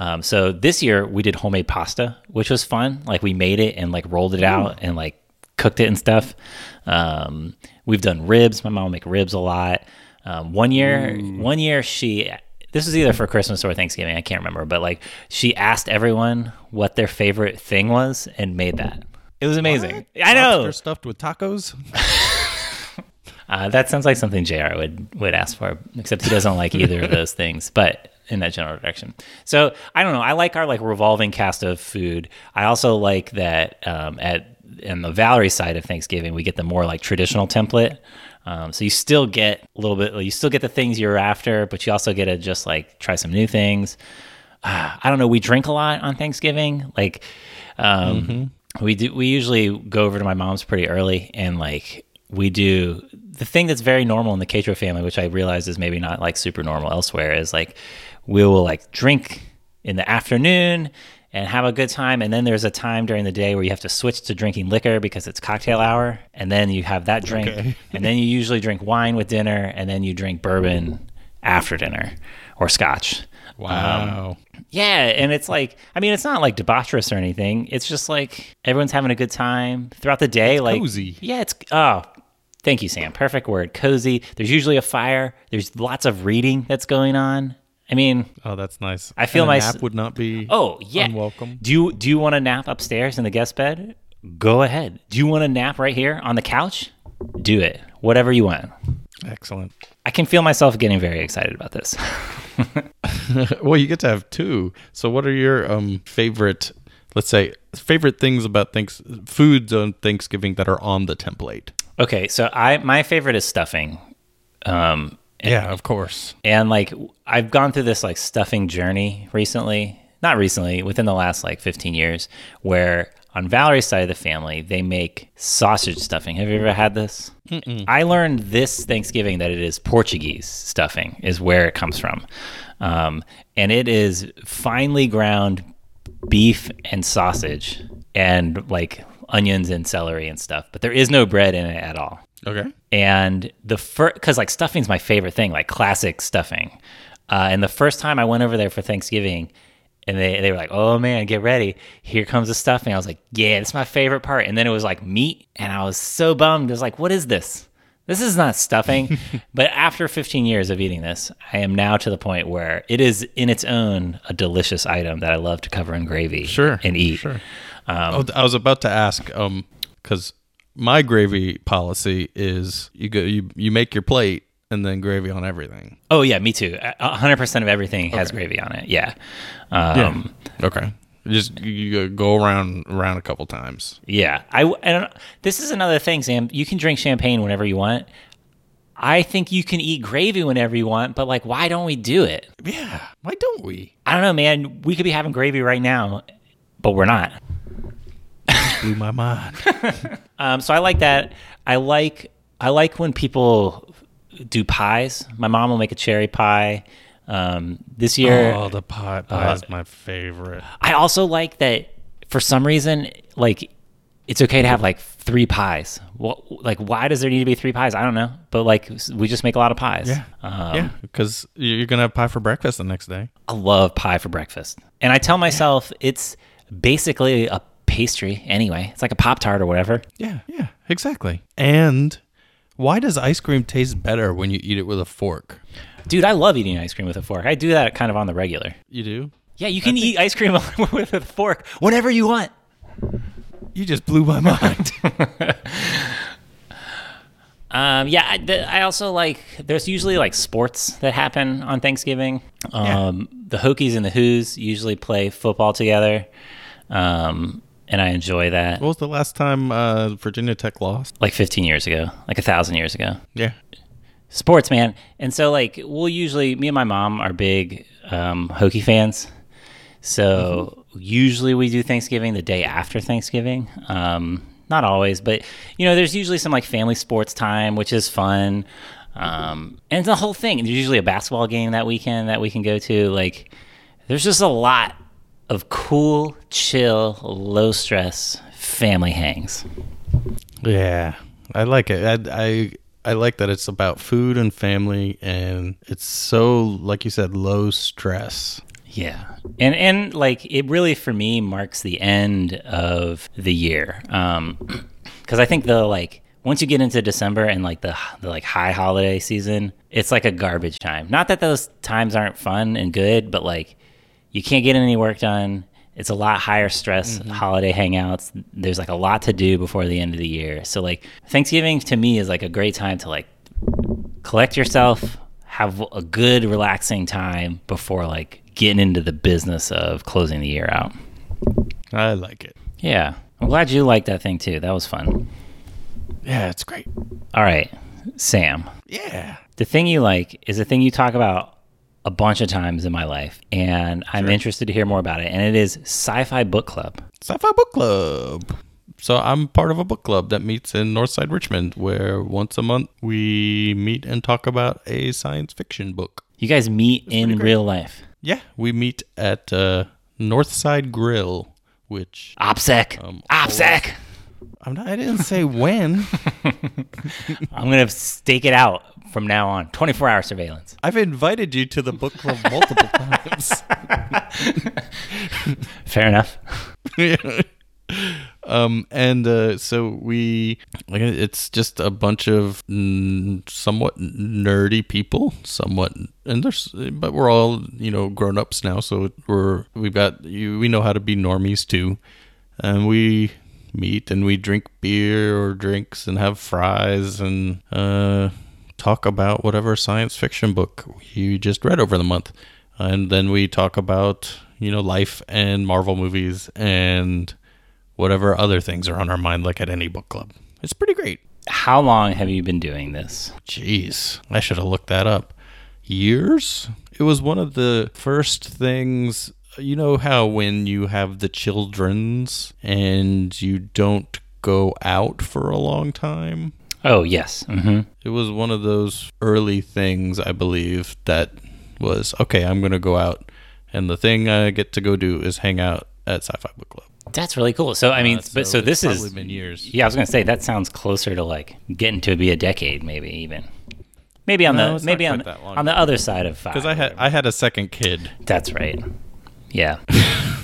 C: Um, so this year we did homemade pasta, which was fun. Like we made it and like rolled it out and like cooked it and stuff. Um, we've done ribs. My mom will make ribs a lot. Um, one year, one year she this was either for Christmas or Thanksgiving. I can't remember, but like she asked everyone what their favorite thing was and made that. It was amazing. I know.
B: Lobster stuffed with tacos.
C: Uh, that sounds like something JR would would ask for, except he doesn't like either of those things, but in that general direction. So I don't know. I like our like revolving cast of food. I also like that um, at in the Valerie side of Thanksgiving, we get the more like traditional template. Um, so you still get a little bit, you still get the things you're after, but you also get to just like try some new things. Ah, I don't know. We drink a lot on Thanksgiving. Like, um, we do. We usually go over to my mom's pretty early, and like we do the thing that's very normal in the Catro family, which I realize is maybe not like super normal elsewhere. Is like we will like drink in the afternoon and have a good time, and then there's a time during the day where you have to switch to drinking liquor because it's cocktail hour, and then you have that drink, and then you usually drink wine with dinner, and then you drink bourbon after dinner or scotch.
B: Wow.
C: Yeah, and it's like I mean, it's not like debaucherous or anything. It's just like everyone's having a good time throughout the day. like
B: cozy.
C: Yeah, it's oh, thank you, Sam. Perfect word, cozy. There's usually a fire. There's lots of reading that's going on. I mean,
B: oh, that's nice.
C: I feel
B: and
C: my
B: a
C: s-
B: nap would not be.
C: oh yeah.
B: Unwelcome.
C: Do you do you want to nap upstairs in the guest bed? Go ahead. Do you want to nap right here on the couch? Do it. Whatever you want.
B: excellent.
C: I can feel myself getting very excited about this.
B: well, you get to have two. So, what are your um favorite, let's say, favorite things about thanks foods on Thanksgiving that are on the template?
C: Okay, so I my favorite is stuffing. Um,
B: yeah, of course.
C: And like I've gone through this like stuffing journey recently, not recently, within the last like 15 years, where on Valerie's side of the family, they make sausage stuffing. Have you ever had this? I learned this Thanksgiving that it is Portuguese stuffing, is where it comes from. Um, and it is finely ground beef and sausage and like onions and celery and stuff, but there is no bread in it at all
B: Okay.
C: and the first because like stuffing's my favorite thing like classic stuffing uh, and the first time i went over there for thanksgiving and they, they were like oh man get ready here comes the stuffing i was like yeah it's my favorite part and then it was like meat and i was so bummed i was like what is this this is not stuffing but after 15 years of eating this i am now to the point where it is in its own a delicious item that i love to cover in gravy
B: Sure.
C: and eat
B: Sure. Oh, I was about to ask, um, because my gravy policy is you go you you make your plate and then gravy on everything.
C: oh yeah me too A- 100% of everything has gravy on it yeah um,
B: Okay. You Just you- you go around around a couple times.
C: Yeah, I, I don't. This is another thing, Sam. You can drink champagne whenever you want. I think you can eat gravy whenever you want, but like, why don't we do it?
B: Yeah. Why don't we?
C: I don't know, man. We could be having gravy right now, but we're not.
B: Blew my mind.
C: Um, so I like that. I like I like when people do pies. My mom will make a cherry pie. Um, this year,
B: oh, the pot pie is my favorite.
C: I also like that for some reason, like it's okay to have like three pies. What, like, why does there need to be three pies? I don't know, but like we just make a lot of pies.
B: Yeah.
C: Um,
B: yeah, because you're gonna have pie for breakfast the next day.
C: I love pie for breakfast, and I tell myself it's basically a pastry anyway. It's like a pop tart or whatever.
B: Yeah, yeah, exactly. And why does ice cream taste better when you eat it with a fork?
C: Dude, I love eating ice cream with a fork. I do that kind of on the regular.
B: You do.
C: Yeah, you can eat ice cream with a fork whenever you want.
B: You just blew my mind.
C: Um, yeah, I, th- I also like. There's usually like sports that happen on Thanksgiving. Um, The Hokies and the Who's usually play football together, um, and I enjoy that.
B: What was the last time uh, Virginia Tech lost?
C: Like 15 years ago, like a thousand years ago,
B: Yeah.
C: sports man. And so like we'll usually me and my mom are big um, Hokie fans, so usually we do Thanksgiving the day after Thanksgiving. Um, not always, but you know, there's usually some like family sports time, which is fun. Um, and the whole thing. There's usually a basketball game that weekend that we can go to. Like, there's just a lot of cool, chill, low stress family hangs.
B: Yeah, I like it. I, I I like that it's about food and family, and it's so like you said, low stress.
C: Yeah. And and like it really for me marks the end of the year. Um cuz I think the like once you get into December and like the, the like high holiday season, it's like a garbage time. Not that those times aren't fun and good, but like you can't get any work done. It's a lot higher stress holiday hangouts. There's like a lot to do before the end of the year. So like Thanksgiving to me is like a great time to like collect yourself, have a good relaxing time before like getting into the business of closing the year out.
B: I like it.
C: Yeah. I'm glad you liked that thing too. That was fun.
B: Yeah, it's great.
C: All right, Sam.
B: Yeah.
C: The thing you like is a thing you talk about a bunch of times in my life, and I'm interested to hear more about it. And it is Sci-Fi Book Club.
B: Sci-fi book club. So I'm part of a book club that meets in Northside Richmond, where once a month we meet and talk about a science fiction book.
C: You guys meet in real life.
B: Yeah, we meet at uh, Northside Grill, which
C: OPSEC. OPSEC.
B: I'm not. I didn't say when.
C: I'm going to stake it out from now on. 24 hour surveillance.
B: I've invited you to the book club multiple times.
C: Fair enough.
B: um, and uh, so we, like, it's just a bunch of mm, somewhat nerdy people, somewhat, and there's, but we're all you know grown ups now, so we're we've got you, we know how to be normies too, and we meet and we drink beer or drinks and have fries and uh, talk about whatever science fiction book you just read over the month and then we talk about you know life and marvel movies and whatever other things are on our mind like at any book club it's pretty great
C: How long have you been doing this?
B: Jeez, I should have looked that up. Years? It was one of the first things. You know how when you have the children's and you don't go out for a long time?
C: Oh, yes. hmm
B: It was one of those early things, I believe, that was okay, I'm going to go out. And the thing I get to go do is hang out at Sci Fi Book Club.
C: That's really cool. So, I mean, but so
B: it's
C: this
B: probably
C: is.
B: been years.
C: Yeah, I was gonna say that sounds closer to like getting to be a decade, maybe even. Maybe on
B: No,
C: the
B: it's not
C: maybe on
B: quite that long
C: on the other side of five.
B: Because I had I had a second kid,
C: That's right. Yeah,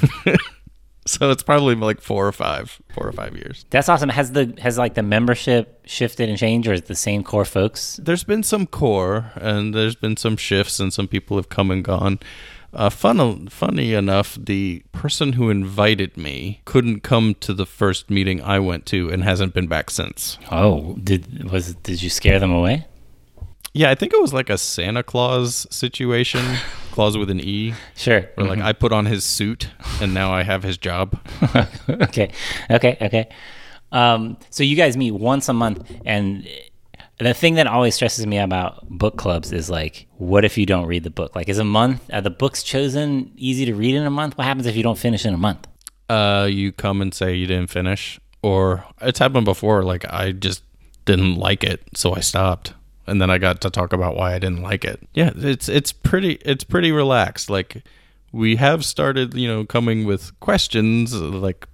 B: so it's probably like four or five, four or five years.
C: that's awesome. Has the has like the membership shifted and changed, or is it the same core folks?
B: there's been some core and there's been some shifts and some people have come and gone uh, fun, funny enough the person who invited me couldn't come to the first meeting i went to and hasn't been back since
C: Oh, did was did you scare them away?
B: yeah i think it was like a santa claus situation claus with an e
C: Sure.
B: where like i put on his suit and now i have his job
C: okay, okay, okay. Um, so you guys meet once a month, and the thing that always stresses me about book clubs is like, what if you don't read the book? Like, is a month are the books chosen easy to read in a month? What happens if you don't finish in a month?
B: uh, you come and say you didn't finish or it's happened before like i just didn't like it so i stopped and then i got to talk about why i didn't like it yeah it's it's pretty it's pretty relaxed like we have started you know coming with questions like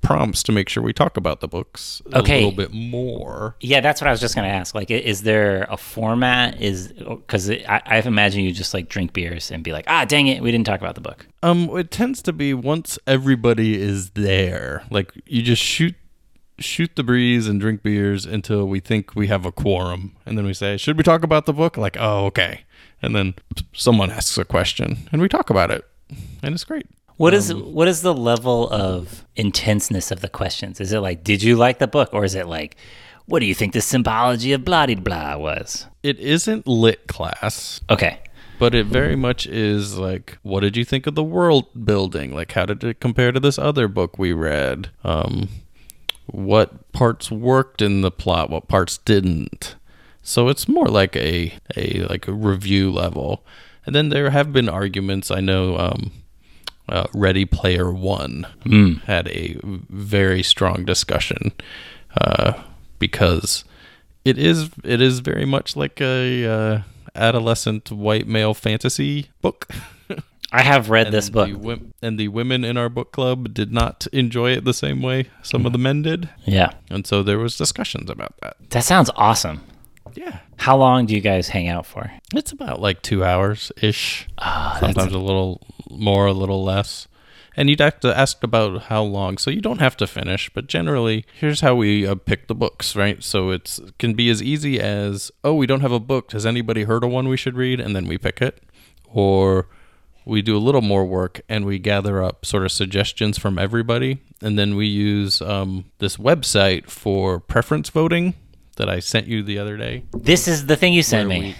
B: prompts to make sure we talk about the books
C: Okay.
B: a little bit more
C: Yeah, that's what I was just gonna ask. Like, i- is there a format? Is because I, I imagine you just like drink beers and be like, ah, dang it, we didn't talk about the book.
B: Um, it tends to be once everybody is there, like you just shoot shoot the breeze and drink beers until we think we have a quorum, and then we say, "Should we talk about the book?" Like, "Oh, okay," and then someone asks a question, and we talk about it, and it's great.
C: What is
B: Um,
C: what is the level of intenseness of the questions? Is it like, did you like the book, or is it like, what do you think the symbology of blah de blah was?
B: It isn't lit class,
C: Okay,
B: but it very much is like, "What did you think of the world building? Like, how did it compare to this other book we read?" Um, what parts worked in the plot, what parts didn't. So it's more like a a like a review level. And then there have been arguments. I know um, uh, Ready Player One
C: Hmm.
B: had a very strong discussion uh, because it is it is very much like a uh, adolescent white male fantasy book.
C: I have read this book.
B: The wom- and the women in our book club did not enjoy it the same way some of the men did.
C: yeah,
B: And so there was discussions about that.
C: that sounds awesome.
B: Yeah.
C: How long do you guys hang out for?
B: It's about like two hours ish. Sometimes a little more, a little less. And you'd have to ask about how long. So you don't have to finish, but generally, here's how we uh, pick the books, right? So it's can be as easy as, oh, we don't have a book. Has anybody heard of one we should read? And then we pick it. Or we do a little more work and we gather up sort of suggestions from everybody. And then we use um, this website for preference voting that I sent you the other day
C: This is the thing you sent me.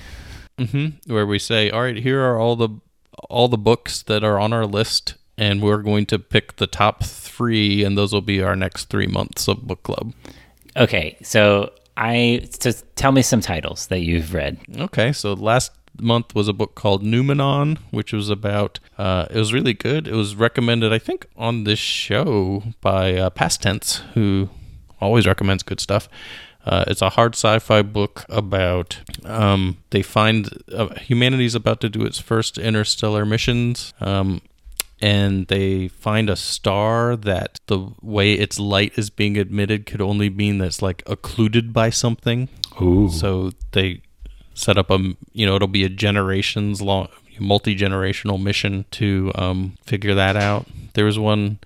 B: Mm-hmm. where we say, "All right, here are all the all the books that are on our list, and we're going to pick the top three, and those will be our next three months of book club."
C: Okay, so I so tell me some titles that you've read.
B: Okay, so last month was a book called Numenon, which was about. Uh, it was really good. It was recommended, I think, on this show by uh, Past Tense, who always recommends good stuff. Uh, it's a hard sci-fi book about um, they find uh, humanity's about to do its first interstellar missions, um, and they find a star that the way its light is being admitted could only mean that it's like occluded by something. So they set up a you know it'll be a generations long multi generational mission to um, figure that out. There was one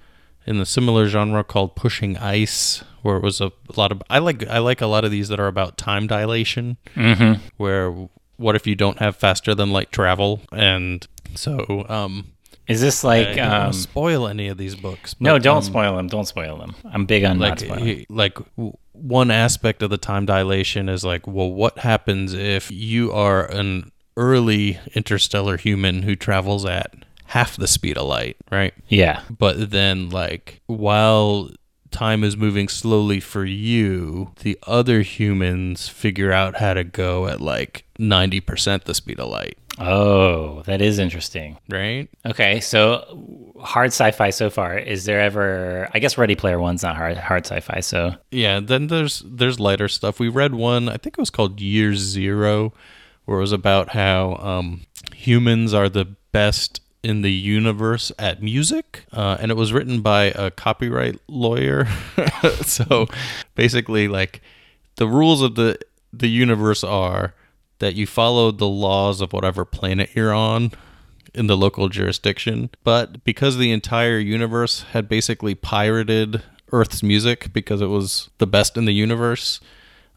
B: in the similar genre called Pushing Ice, where it was a lot of I like I like a lot of these that are about time dilation, mm-hmm. where what if you don't have faster than light travel and so um,
C: Is this like?
B: I don't wanna
C: Um,
B: spoil any of these books.
C: no,
B: but,
C: don't
B: um,
C: spoil them. Don't spoil them. I'm big on not
B: like uh,
C: spoiling.
B: he- like w- one aspect of the time dilation is like well what happens if you are an early interstellar human who travels at half the speed of light right
C: Yeah.
B: but then like while time is moving slowly for you, the other humans figure out how to go at like 90% the speed of light,
C: Oh, that is interesting.
B: right?
C: Okay, so hard sci-fi so far. Is there ever? I guess Ready Player One's not hard hard sci-fi. So
B: Yeah, then there's there's lighter stuff. We read one, I think it was called Year Zero, where it was about how um, humans are the best in the universe at music, uh, and it was written by a copyright lawyer. so basically, like the rules of the the universe are that you follow the laws of whatever planet you're on in the local jurisdiction. But because the entire universe had basically pirated Earth's music because it was the best in the universe,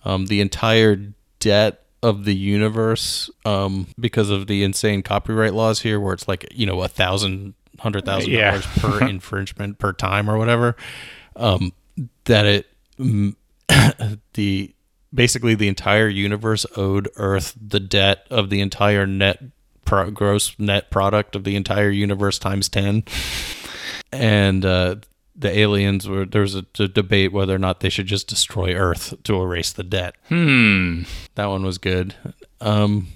B: um, the entire debt of the universe, um, because of the insane copyright laws here, where it's like, you know, a thousand, hundred thousand
D: Yeah.
B: dollars per infringement per time or whatever, um, that it. mm, the basically the entire universe owed Earth the debt of the entire net pro- gross net product of the entire universe times ten, and uh, the aliens were there was a d- debate whether or not they should just destroy Earth to erase the debt. Hmm, that one was good. Um,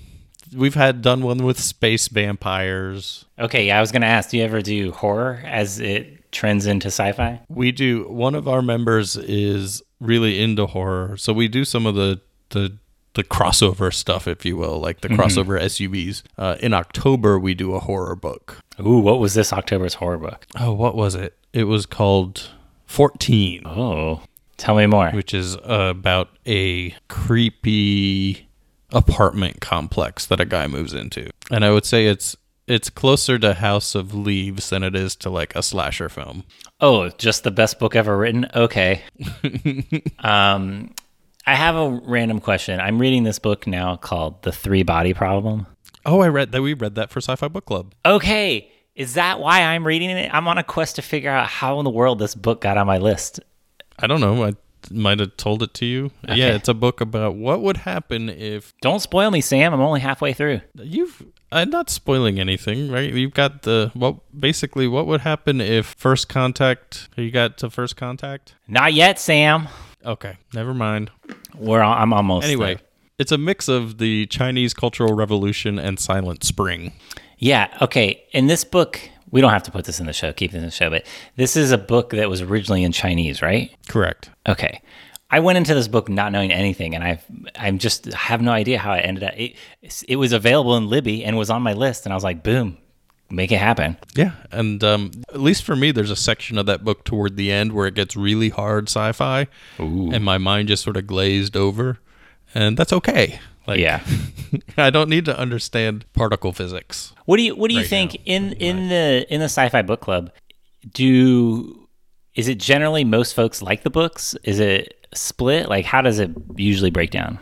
B: we've had done one with space vampires.
C: okay, yeah, I was gonna ask. Do you ever do horror as it trends into sci-fi?
B: We do. One of our members is really into horror, so we do some of the the the crossover stuff, if you will, like the crossover SUVs. Uh, in October, we do a horror book.
C: Ooh, what was this October's horror book?
B: Oh, what was it? It was called Fourteen,
C: Oh, tell me more.
B: which is uh, about a creepy apartment complex that a guy moves into, and I would say it's it's closer to House of Leaves than it is to like a slasher film.
C: Oh, just the best book ever written? Okay. um, I have a random question. I'm reading this book now called The Three Body Problem.
B: Oh, I read that. We read that for Sci-Fi Book Club.
C: Okay. Is that why I'm reading it? I'm on a quest to figure out how in the world this book got on my list.
B: I don't know. I might have told it to you. Yeah, it's a book about what would happen if
C: Don't spoil me, Sam. I'm only halfway through.
B: you've. I'm not spoiling anything, right? You've got the what? Basically, what would happen if first contact? You got to first contact.
C: Not yet, Sam.
B: Okay, never mind.
C: We're al- I'm almost
B: Anyway,
C: there.
B: it's a mix of the Chinese Cultural Revolution and Silent Spring.
C: Yeah, okay. In this book, we don't have to put this in the show, keep this in the show, but this is a book that was originally in Chinese, right?
B: Correct.
C: Okay. I went into this book not knowing anything, and I've I'm just I have no idea how I ended up. It, it was available in Libby and was on my list, and I was like, boom, make it happen.
B: Yeah, and um, at least for me, there's a section of that book toward the end where it gets really hard sci-fi, and my mind just sort of glazed over, and that's okay. Like,
C: yeah.
B: I don't need to understand particle physics.
C: What do you What do you think in in the in the sci-fi book club? Do is it generally most folks like the books? Is it split? Like, how does it usually break down?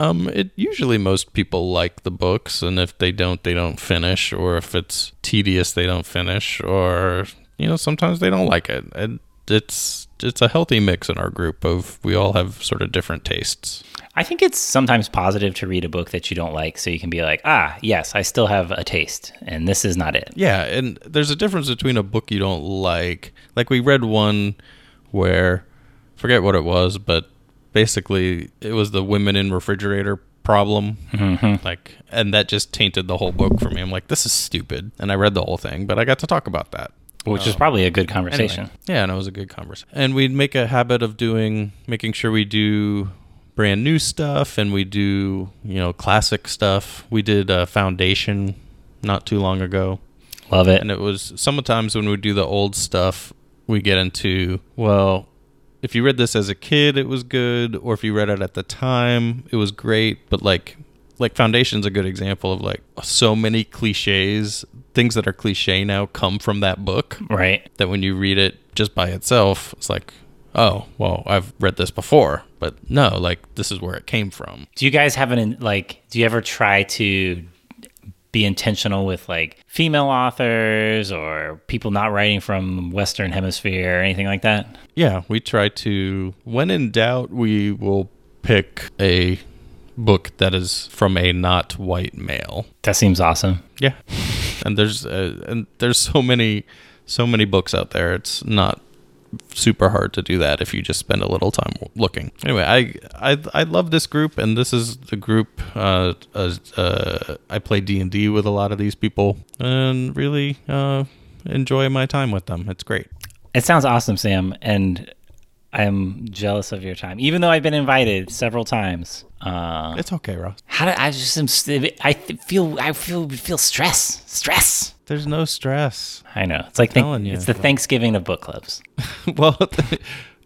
B: Um, it usually most people like the books, and if they don't, they don't finish, or if it's tedious, they don't finish, or you know, sometimes they don't like it. And it's it's a healthy mix in our group of we all have sort of different tastes.
C: I think it's sometimes positive to read a book that you don't like, so you can be like, ah, yes, I still have a taste, and this is not it.
B: Yeah, and there's a difference between a book you don't like. Like we read one where forget what it was, but basically it was the women in refrigerator problem.
C: Mm-hmm.
B: Like and that just tainted the whole book for me. I'm like, this is stupid. And I read the whole thing, but I got to talk about that.
C: Which is probably a good
B: Anyway,
C: conversation.
B: yeah, and it was a good conversation. And we'd make a habit of doing making sure we do brand new stuff and we do, you know, classic stuff. We did uh, Foundation not too long ago
C: Love it.
B: and it was sometimes when we do the old stuff we get into well if you read this as a kid it was good or if you read it at the time it was great but like like foundation's a good example of like so many cliches things that are cliche now come from that book
C: Right.
B: that when you read it just by itself it's like oh well i've read this before but no like this is where it came from
C: Do you guys have an in- like? Do you ever try to be intentional with like female authors or people not writing from Western Hemisphere or anything like that?
B: Yeah, we try to. When in doubt, we will pick a book that is from a not white male.
C: That seems awesome.
B: Yeah, and there's uh, and there's so many so many books out there. It's not super hard to do that if you just spend a little time looking. Anyway, I I, I love this group, and this is the group. Uh, uh, uh, I play D and D with a lot of these people, and really uh, enjoy my time with them. It's great.
C: It sounds awesome, Sam, and I'm jealous of your time, even though I've been invited several times. Uh,
B: It's okay, Ross.
C: how do I just am st- I th- feel I feel feel stress stress.
B: There's no stress.
C: I know it's like thank-
B: telling you.
C: it's the Thanksgiving of book clubs.
B: well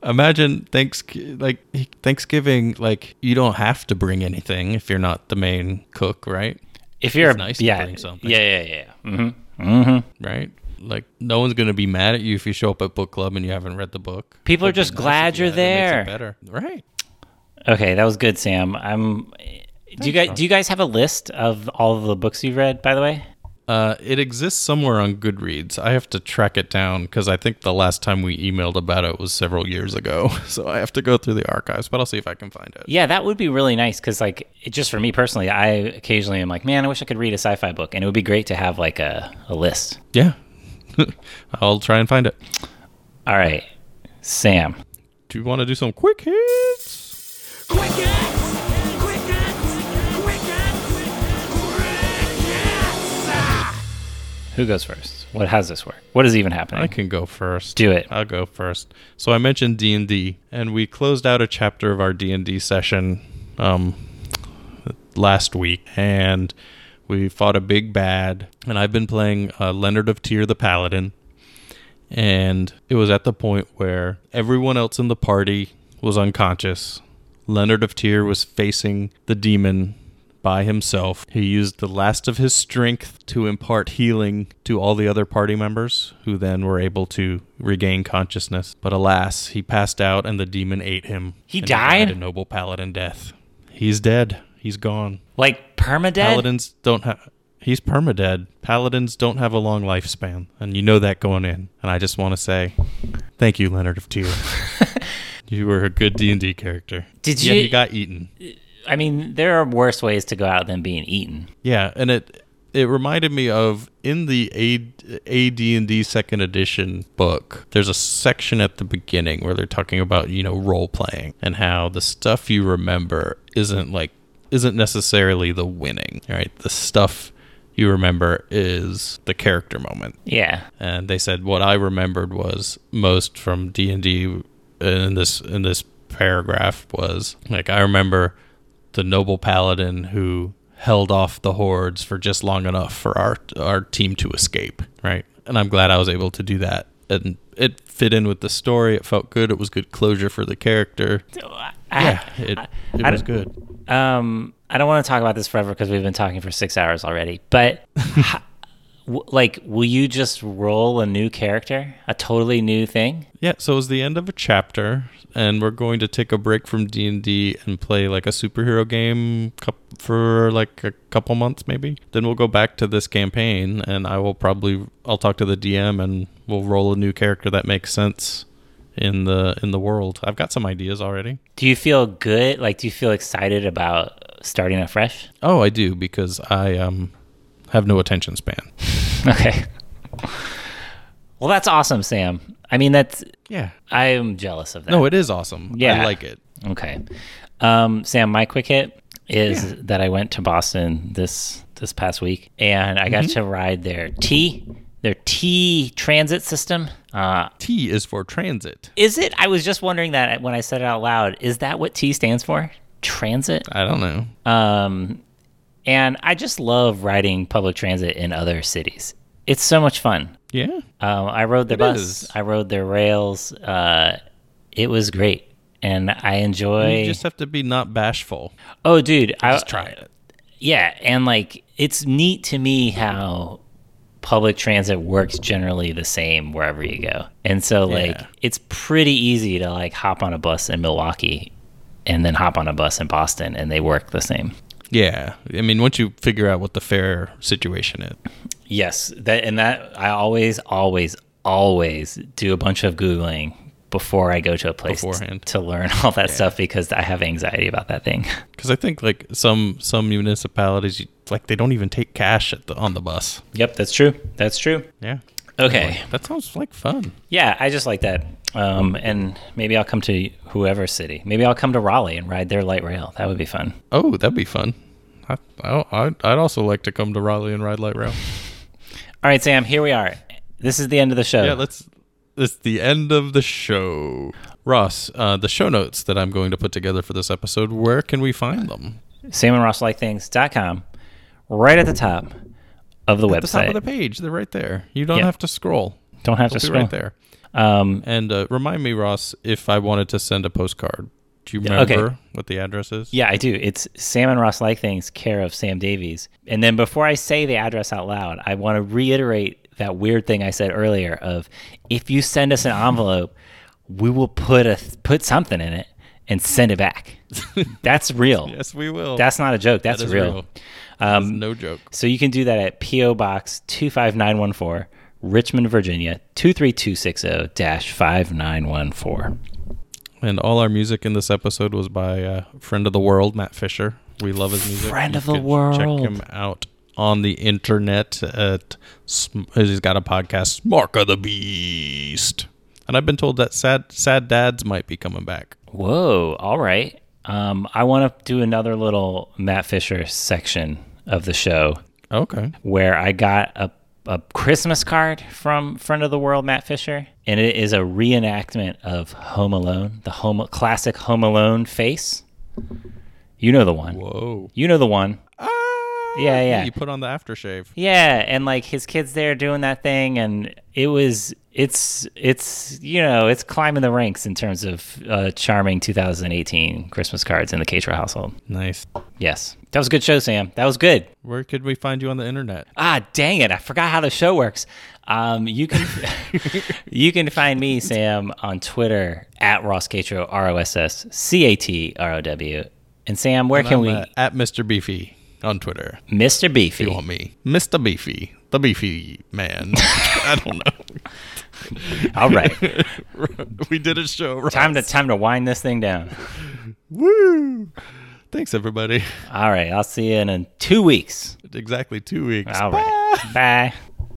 B: imagine thanks like thanksgiving like you don't have to bring anything if you're not the main cook right
C: If you're
B: It's
C: a,
B: nice to
C: yeah,
B: bring something.
C: yeah, yeah, yeah. hmm
B: right like no one's gonna be mad at you if you show up at book club and you haven't read the book
C: People are just
B: Nice if
C: glad
B: you
C: you're
B: have, it makes
C: there.
B: it better right
C: Okay, that was good, Sam. I'm. Do you guys do you guys have a list of all of the books you've read? By the way,
B: uh, it exists somewhere on goodreads i have to track it down because i think the last time we emailed about it was several years ago so i have to go through the archives but i'll see if i can find it
C: yeah, that would be really nice because, like, it, just for me personally, I occasionally am like, man, I wish I could read a sci-fi book, and it would be great to have like a, a list.
B: yeah i'll try and find it
C: All right, Sam.
B: do you want to do some quick hits
D: Quick hits! Quick hits! Quick hits! Quick hits!
C: Who goes first? What how's this work? What is even happening?
B: I can go first.
C: Do it.
B: I'll go first. So I mentioned D and D, and we closed out a chapter of our D and D session um, last week, and we fought a big bad. And I've been playing uh, Leonard of Tyr, the Paladin, and it was at the point where everyone else in the party was unconscious. Leonard of Tyr was facing the demon by himself. He used the last of his strength to impart healing to all the other party members, who then were able to regain consciousness. But alas, he passed out and the demon ate him.
C: He
B: and
C: died?
B: a noble paladin death. He's dead. He's gone.
C: like permadead.
B: Paladins don't have. He's permadead. Paladins don't have a long lifespan, and you know that going in. And I just want to say, thank you, Leonard of Tyr. you were a good D and D character.
C: Did
B: Yeah,
C: you-
B: he got eaten.
C: I mean, there are worse ways to go out than being eaten.
B: Yeah, and it it reminded me of in the A D and D second edition book. There's a section at the beginning where they're talking about you know role playing and how the stuff you remember isn't like isn't necessarily the winning. Right, the stuff you remember is the character moment
C: Yeah.
B: and they said what I remembered was most from D and D in this in this paragraph was like I remember the noble paladin who held off the hordes for just long enough for our our team to escape, right? And I'm glad I was able to do that, and it fit in with the story. It felt good. It was good closure for the character. Yeah, it it
C: I
B: was
C: don't-
B: good.
C: um, I don't want to talk about this forever because we've been talking for six hours already. But h- w- like, will you just roll a new character, a totally new thing?
B: Yeah, so it was the end of a chapter, and we're going to take a break from D and D and play like a superhero game cou- for like a couple months, maybe. Then we'll go back to this campaign, and I will probably I'll talk to the DM, and we'll roll a new character that makes sense in the in the world. I've got some ideas already.
C: Do you feel good? Like, do you feel excited about starting afresh?
B: Oh, I do because I um have no attention span.
C: Okay. Well, that's awesome, Sam. I mean, that's
B: Yeah.
C: I am jealous of that.
B: No, it is awesome.
C: Yeah.
B: I like it.
C: Okay. Um, Sam, my quick hit is that I went to Boston this this past week and I got
B: Mm-hmm.
C: to ride their T, their T transit system. Uh,
B: T is for transit.
C: is it? I was just wondering that when I said it out loud. Is that what T stands for? Transit.
B: I don't know.
C: Um, and I just love riding public transit in other cities. It's so much fun.
B: Yeah.
C: Um, I rode the
B: It
C: bus.
B: is.
C: I rode their rails. Uh, it was great, and I enjoy.
B: You just have to be not bashful.
C: oh, dude, I
B: Just try it.
C: Yeah, and like it's neat to me how public transit works generally the same wherever you go. And so like
B: Yeah.
C: it's pretty easy to like hop on a bus in Milwaukee and then hop on a bus in Boston and they work the same.
B: Yeah, I mean, once you figure out what the fare situation is,
C: Yes, that and that I always always always do a bunch of googling before I go to a place t-
B: Beforehand.
C: to learn all that stuff because I have anxiety about that thing.
B: because I think like some some municipalities, you, like they don't even take cash at the, on the bus.
C: Yep, that's true. That's true.
B: Yeah.
C: Okay.
B: That sounds like fun.
C: Yeah, I just like that Um, and maybe I'll come to whoever city. Maybe I'll come to Raleigh and ride their light rail. That would be fun.
B: Oh, that'd be fun. I, I, I'd, I'd also like to come to Raleigh and ride light rail.
C: All right, Sam, here we are. This is the end of the show.
B: yeah, let's. It's the end of the show. Ross, uh, the show notes that I'm going to put together for this episode, where can we find them?
C: Sam and Ross like things.com, right at the top of the
B: At the top
C: website.
B: of the page. They're right there. You don't
C: Yeah.
B: have to scroll.
C: Don't have
B: They'll
C: to
B: be
C: scroll.
B: right there.
C: Um,
B: And uh, remind me, Ross, if I wanted to send a postcard, do you
C: Yeah, okay.
B: remember what the address is?
C: yeah, I do. It's Sam and Ross like things, care of Sam Davies. And then before I say the address out loud, I want to reiterate that weird thing I said earlier of if you send us an envelope, we will put a put something in it and send it back. That's real.
B: Yes, we will.
C: That's not a joke. That's
B: is
C: real.
B: real. That's no joke.
C: So you can do that at P.O. Box 25914, Richmond, Virginia 23260 5914.
B: And all our music in this episode was by uh, friend of the world, Matt Fisher. We love his music.
C: Friend
B: You
C: of the
B: can
C: world.
B: Check him out on the internet. At Sm- he's got a podcast, Mark of the Beast. And I've been told that sad, sad dads might be coming back.
C: Whoa. All right. Um, I want to do another little Matt Fisher section of the show
B: Okay.
C: where I got a, a Christmas card from friend of the world, Matt Fisher. And it is a reenactment of Home Alone, the home, classic Home Alone face. You know the one.
B: Whoa. Ah,
C: You know the one. yeah, yeah.
B: You put on the aftershave.
C: Yeah, and like his kids there doing that thing, and it was it's it's you know it's climbing the ranks in terms of uh, charming 2018 Christmas cards in the Catra household.
B: Nice.
C: Yes, that was a good show, Sam. That was good.
B: Where could we find you on the internet?
C: Ah, dang it! I forgot how the show works. Um, you can you can find me Sam on Twitter at Ross Catro R O S S C A T R O W. And Sam, where can
B: I'm,
C: we?
B: uh, at Mr. Beefy on Twitter.
C: Mr. Beefy.
B: You want me? Mr. Beefy. The Beefy man. I don't know.
C: All right,
B: we did a show. Right?
C: time to time to wind this thing down.
B: Woo! Thanks, everybody.
C: All right. I'll see you in, in two weeks.
B: Exactly two weeks.
C: All right. Bye.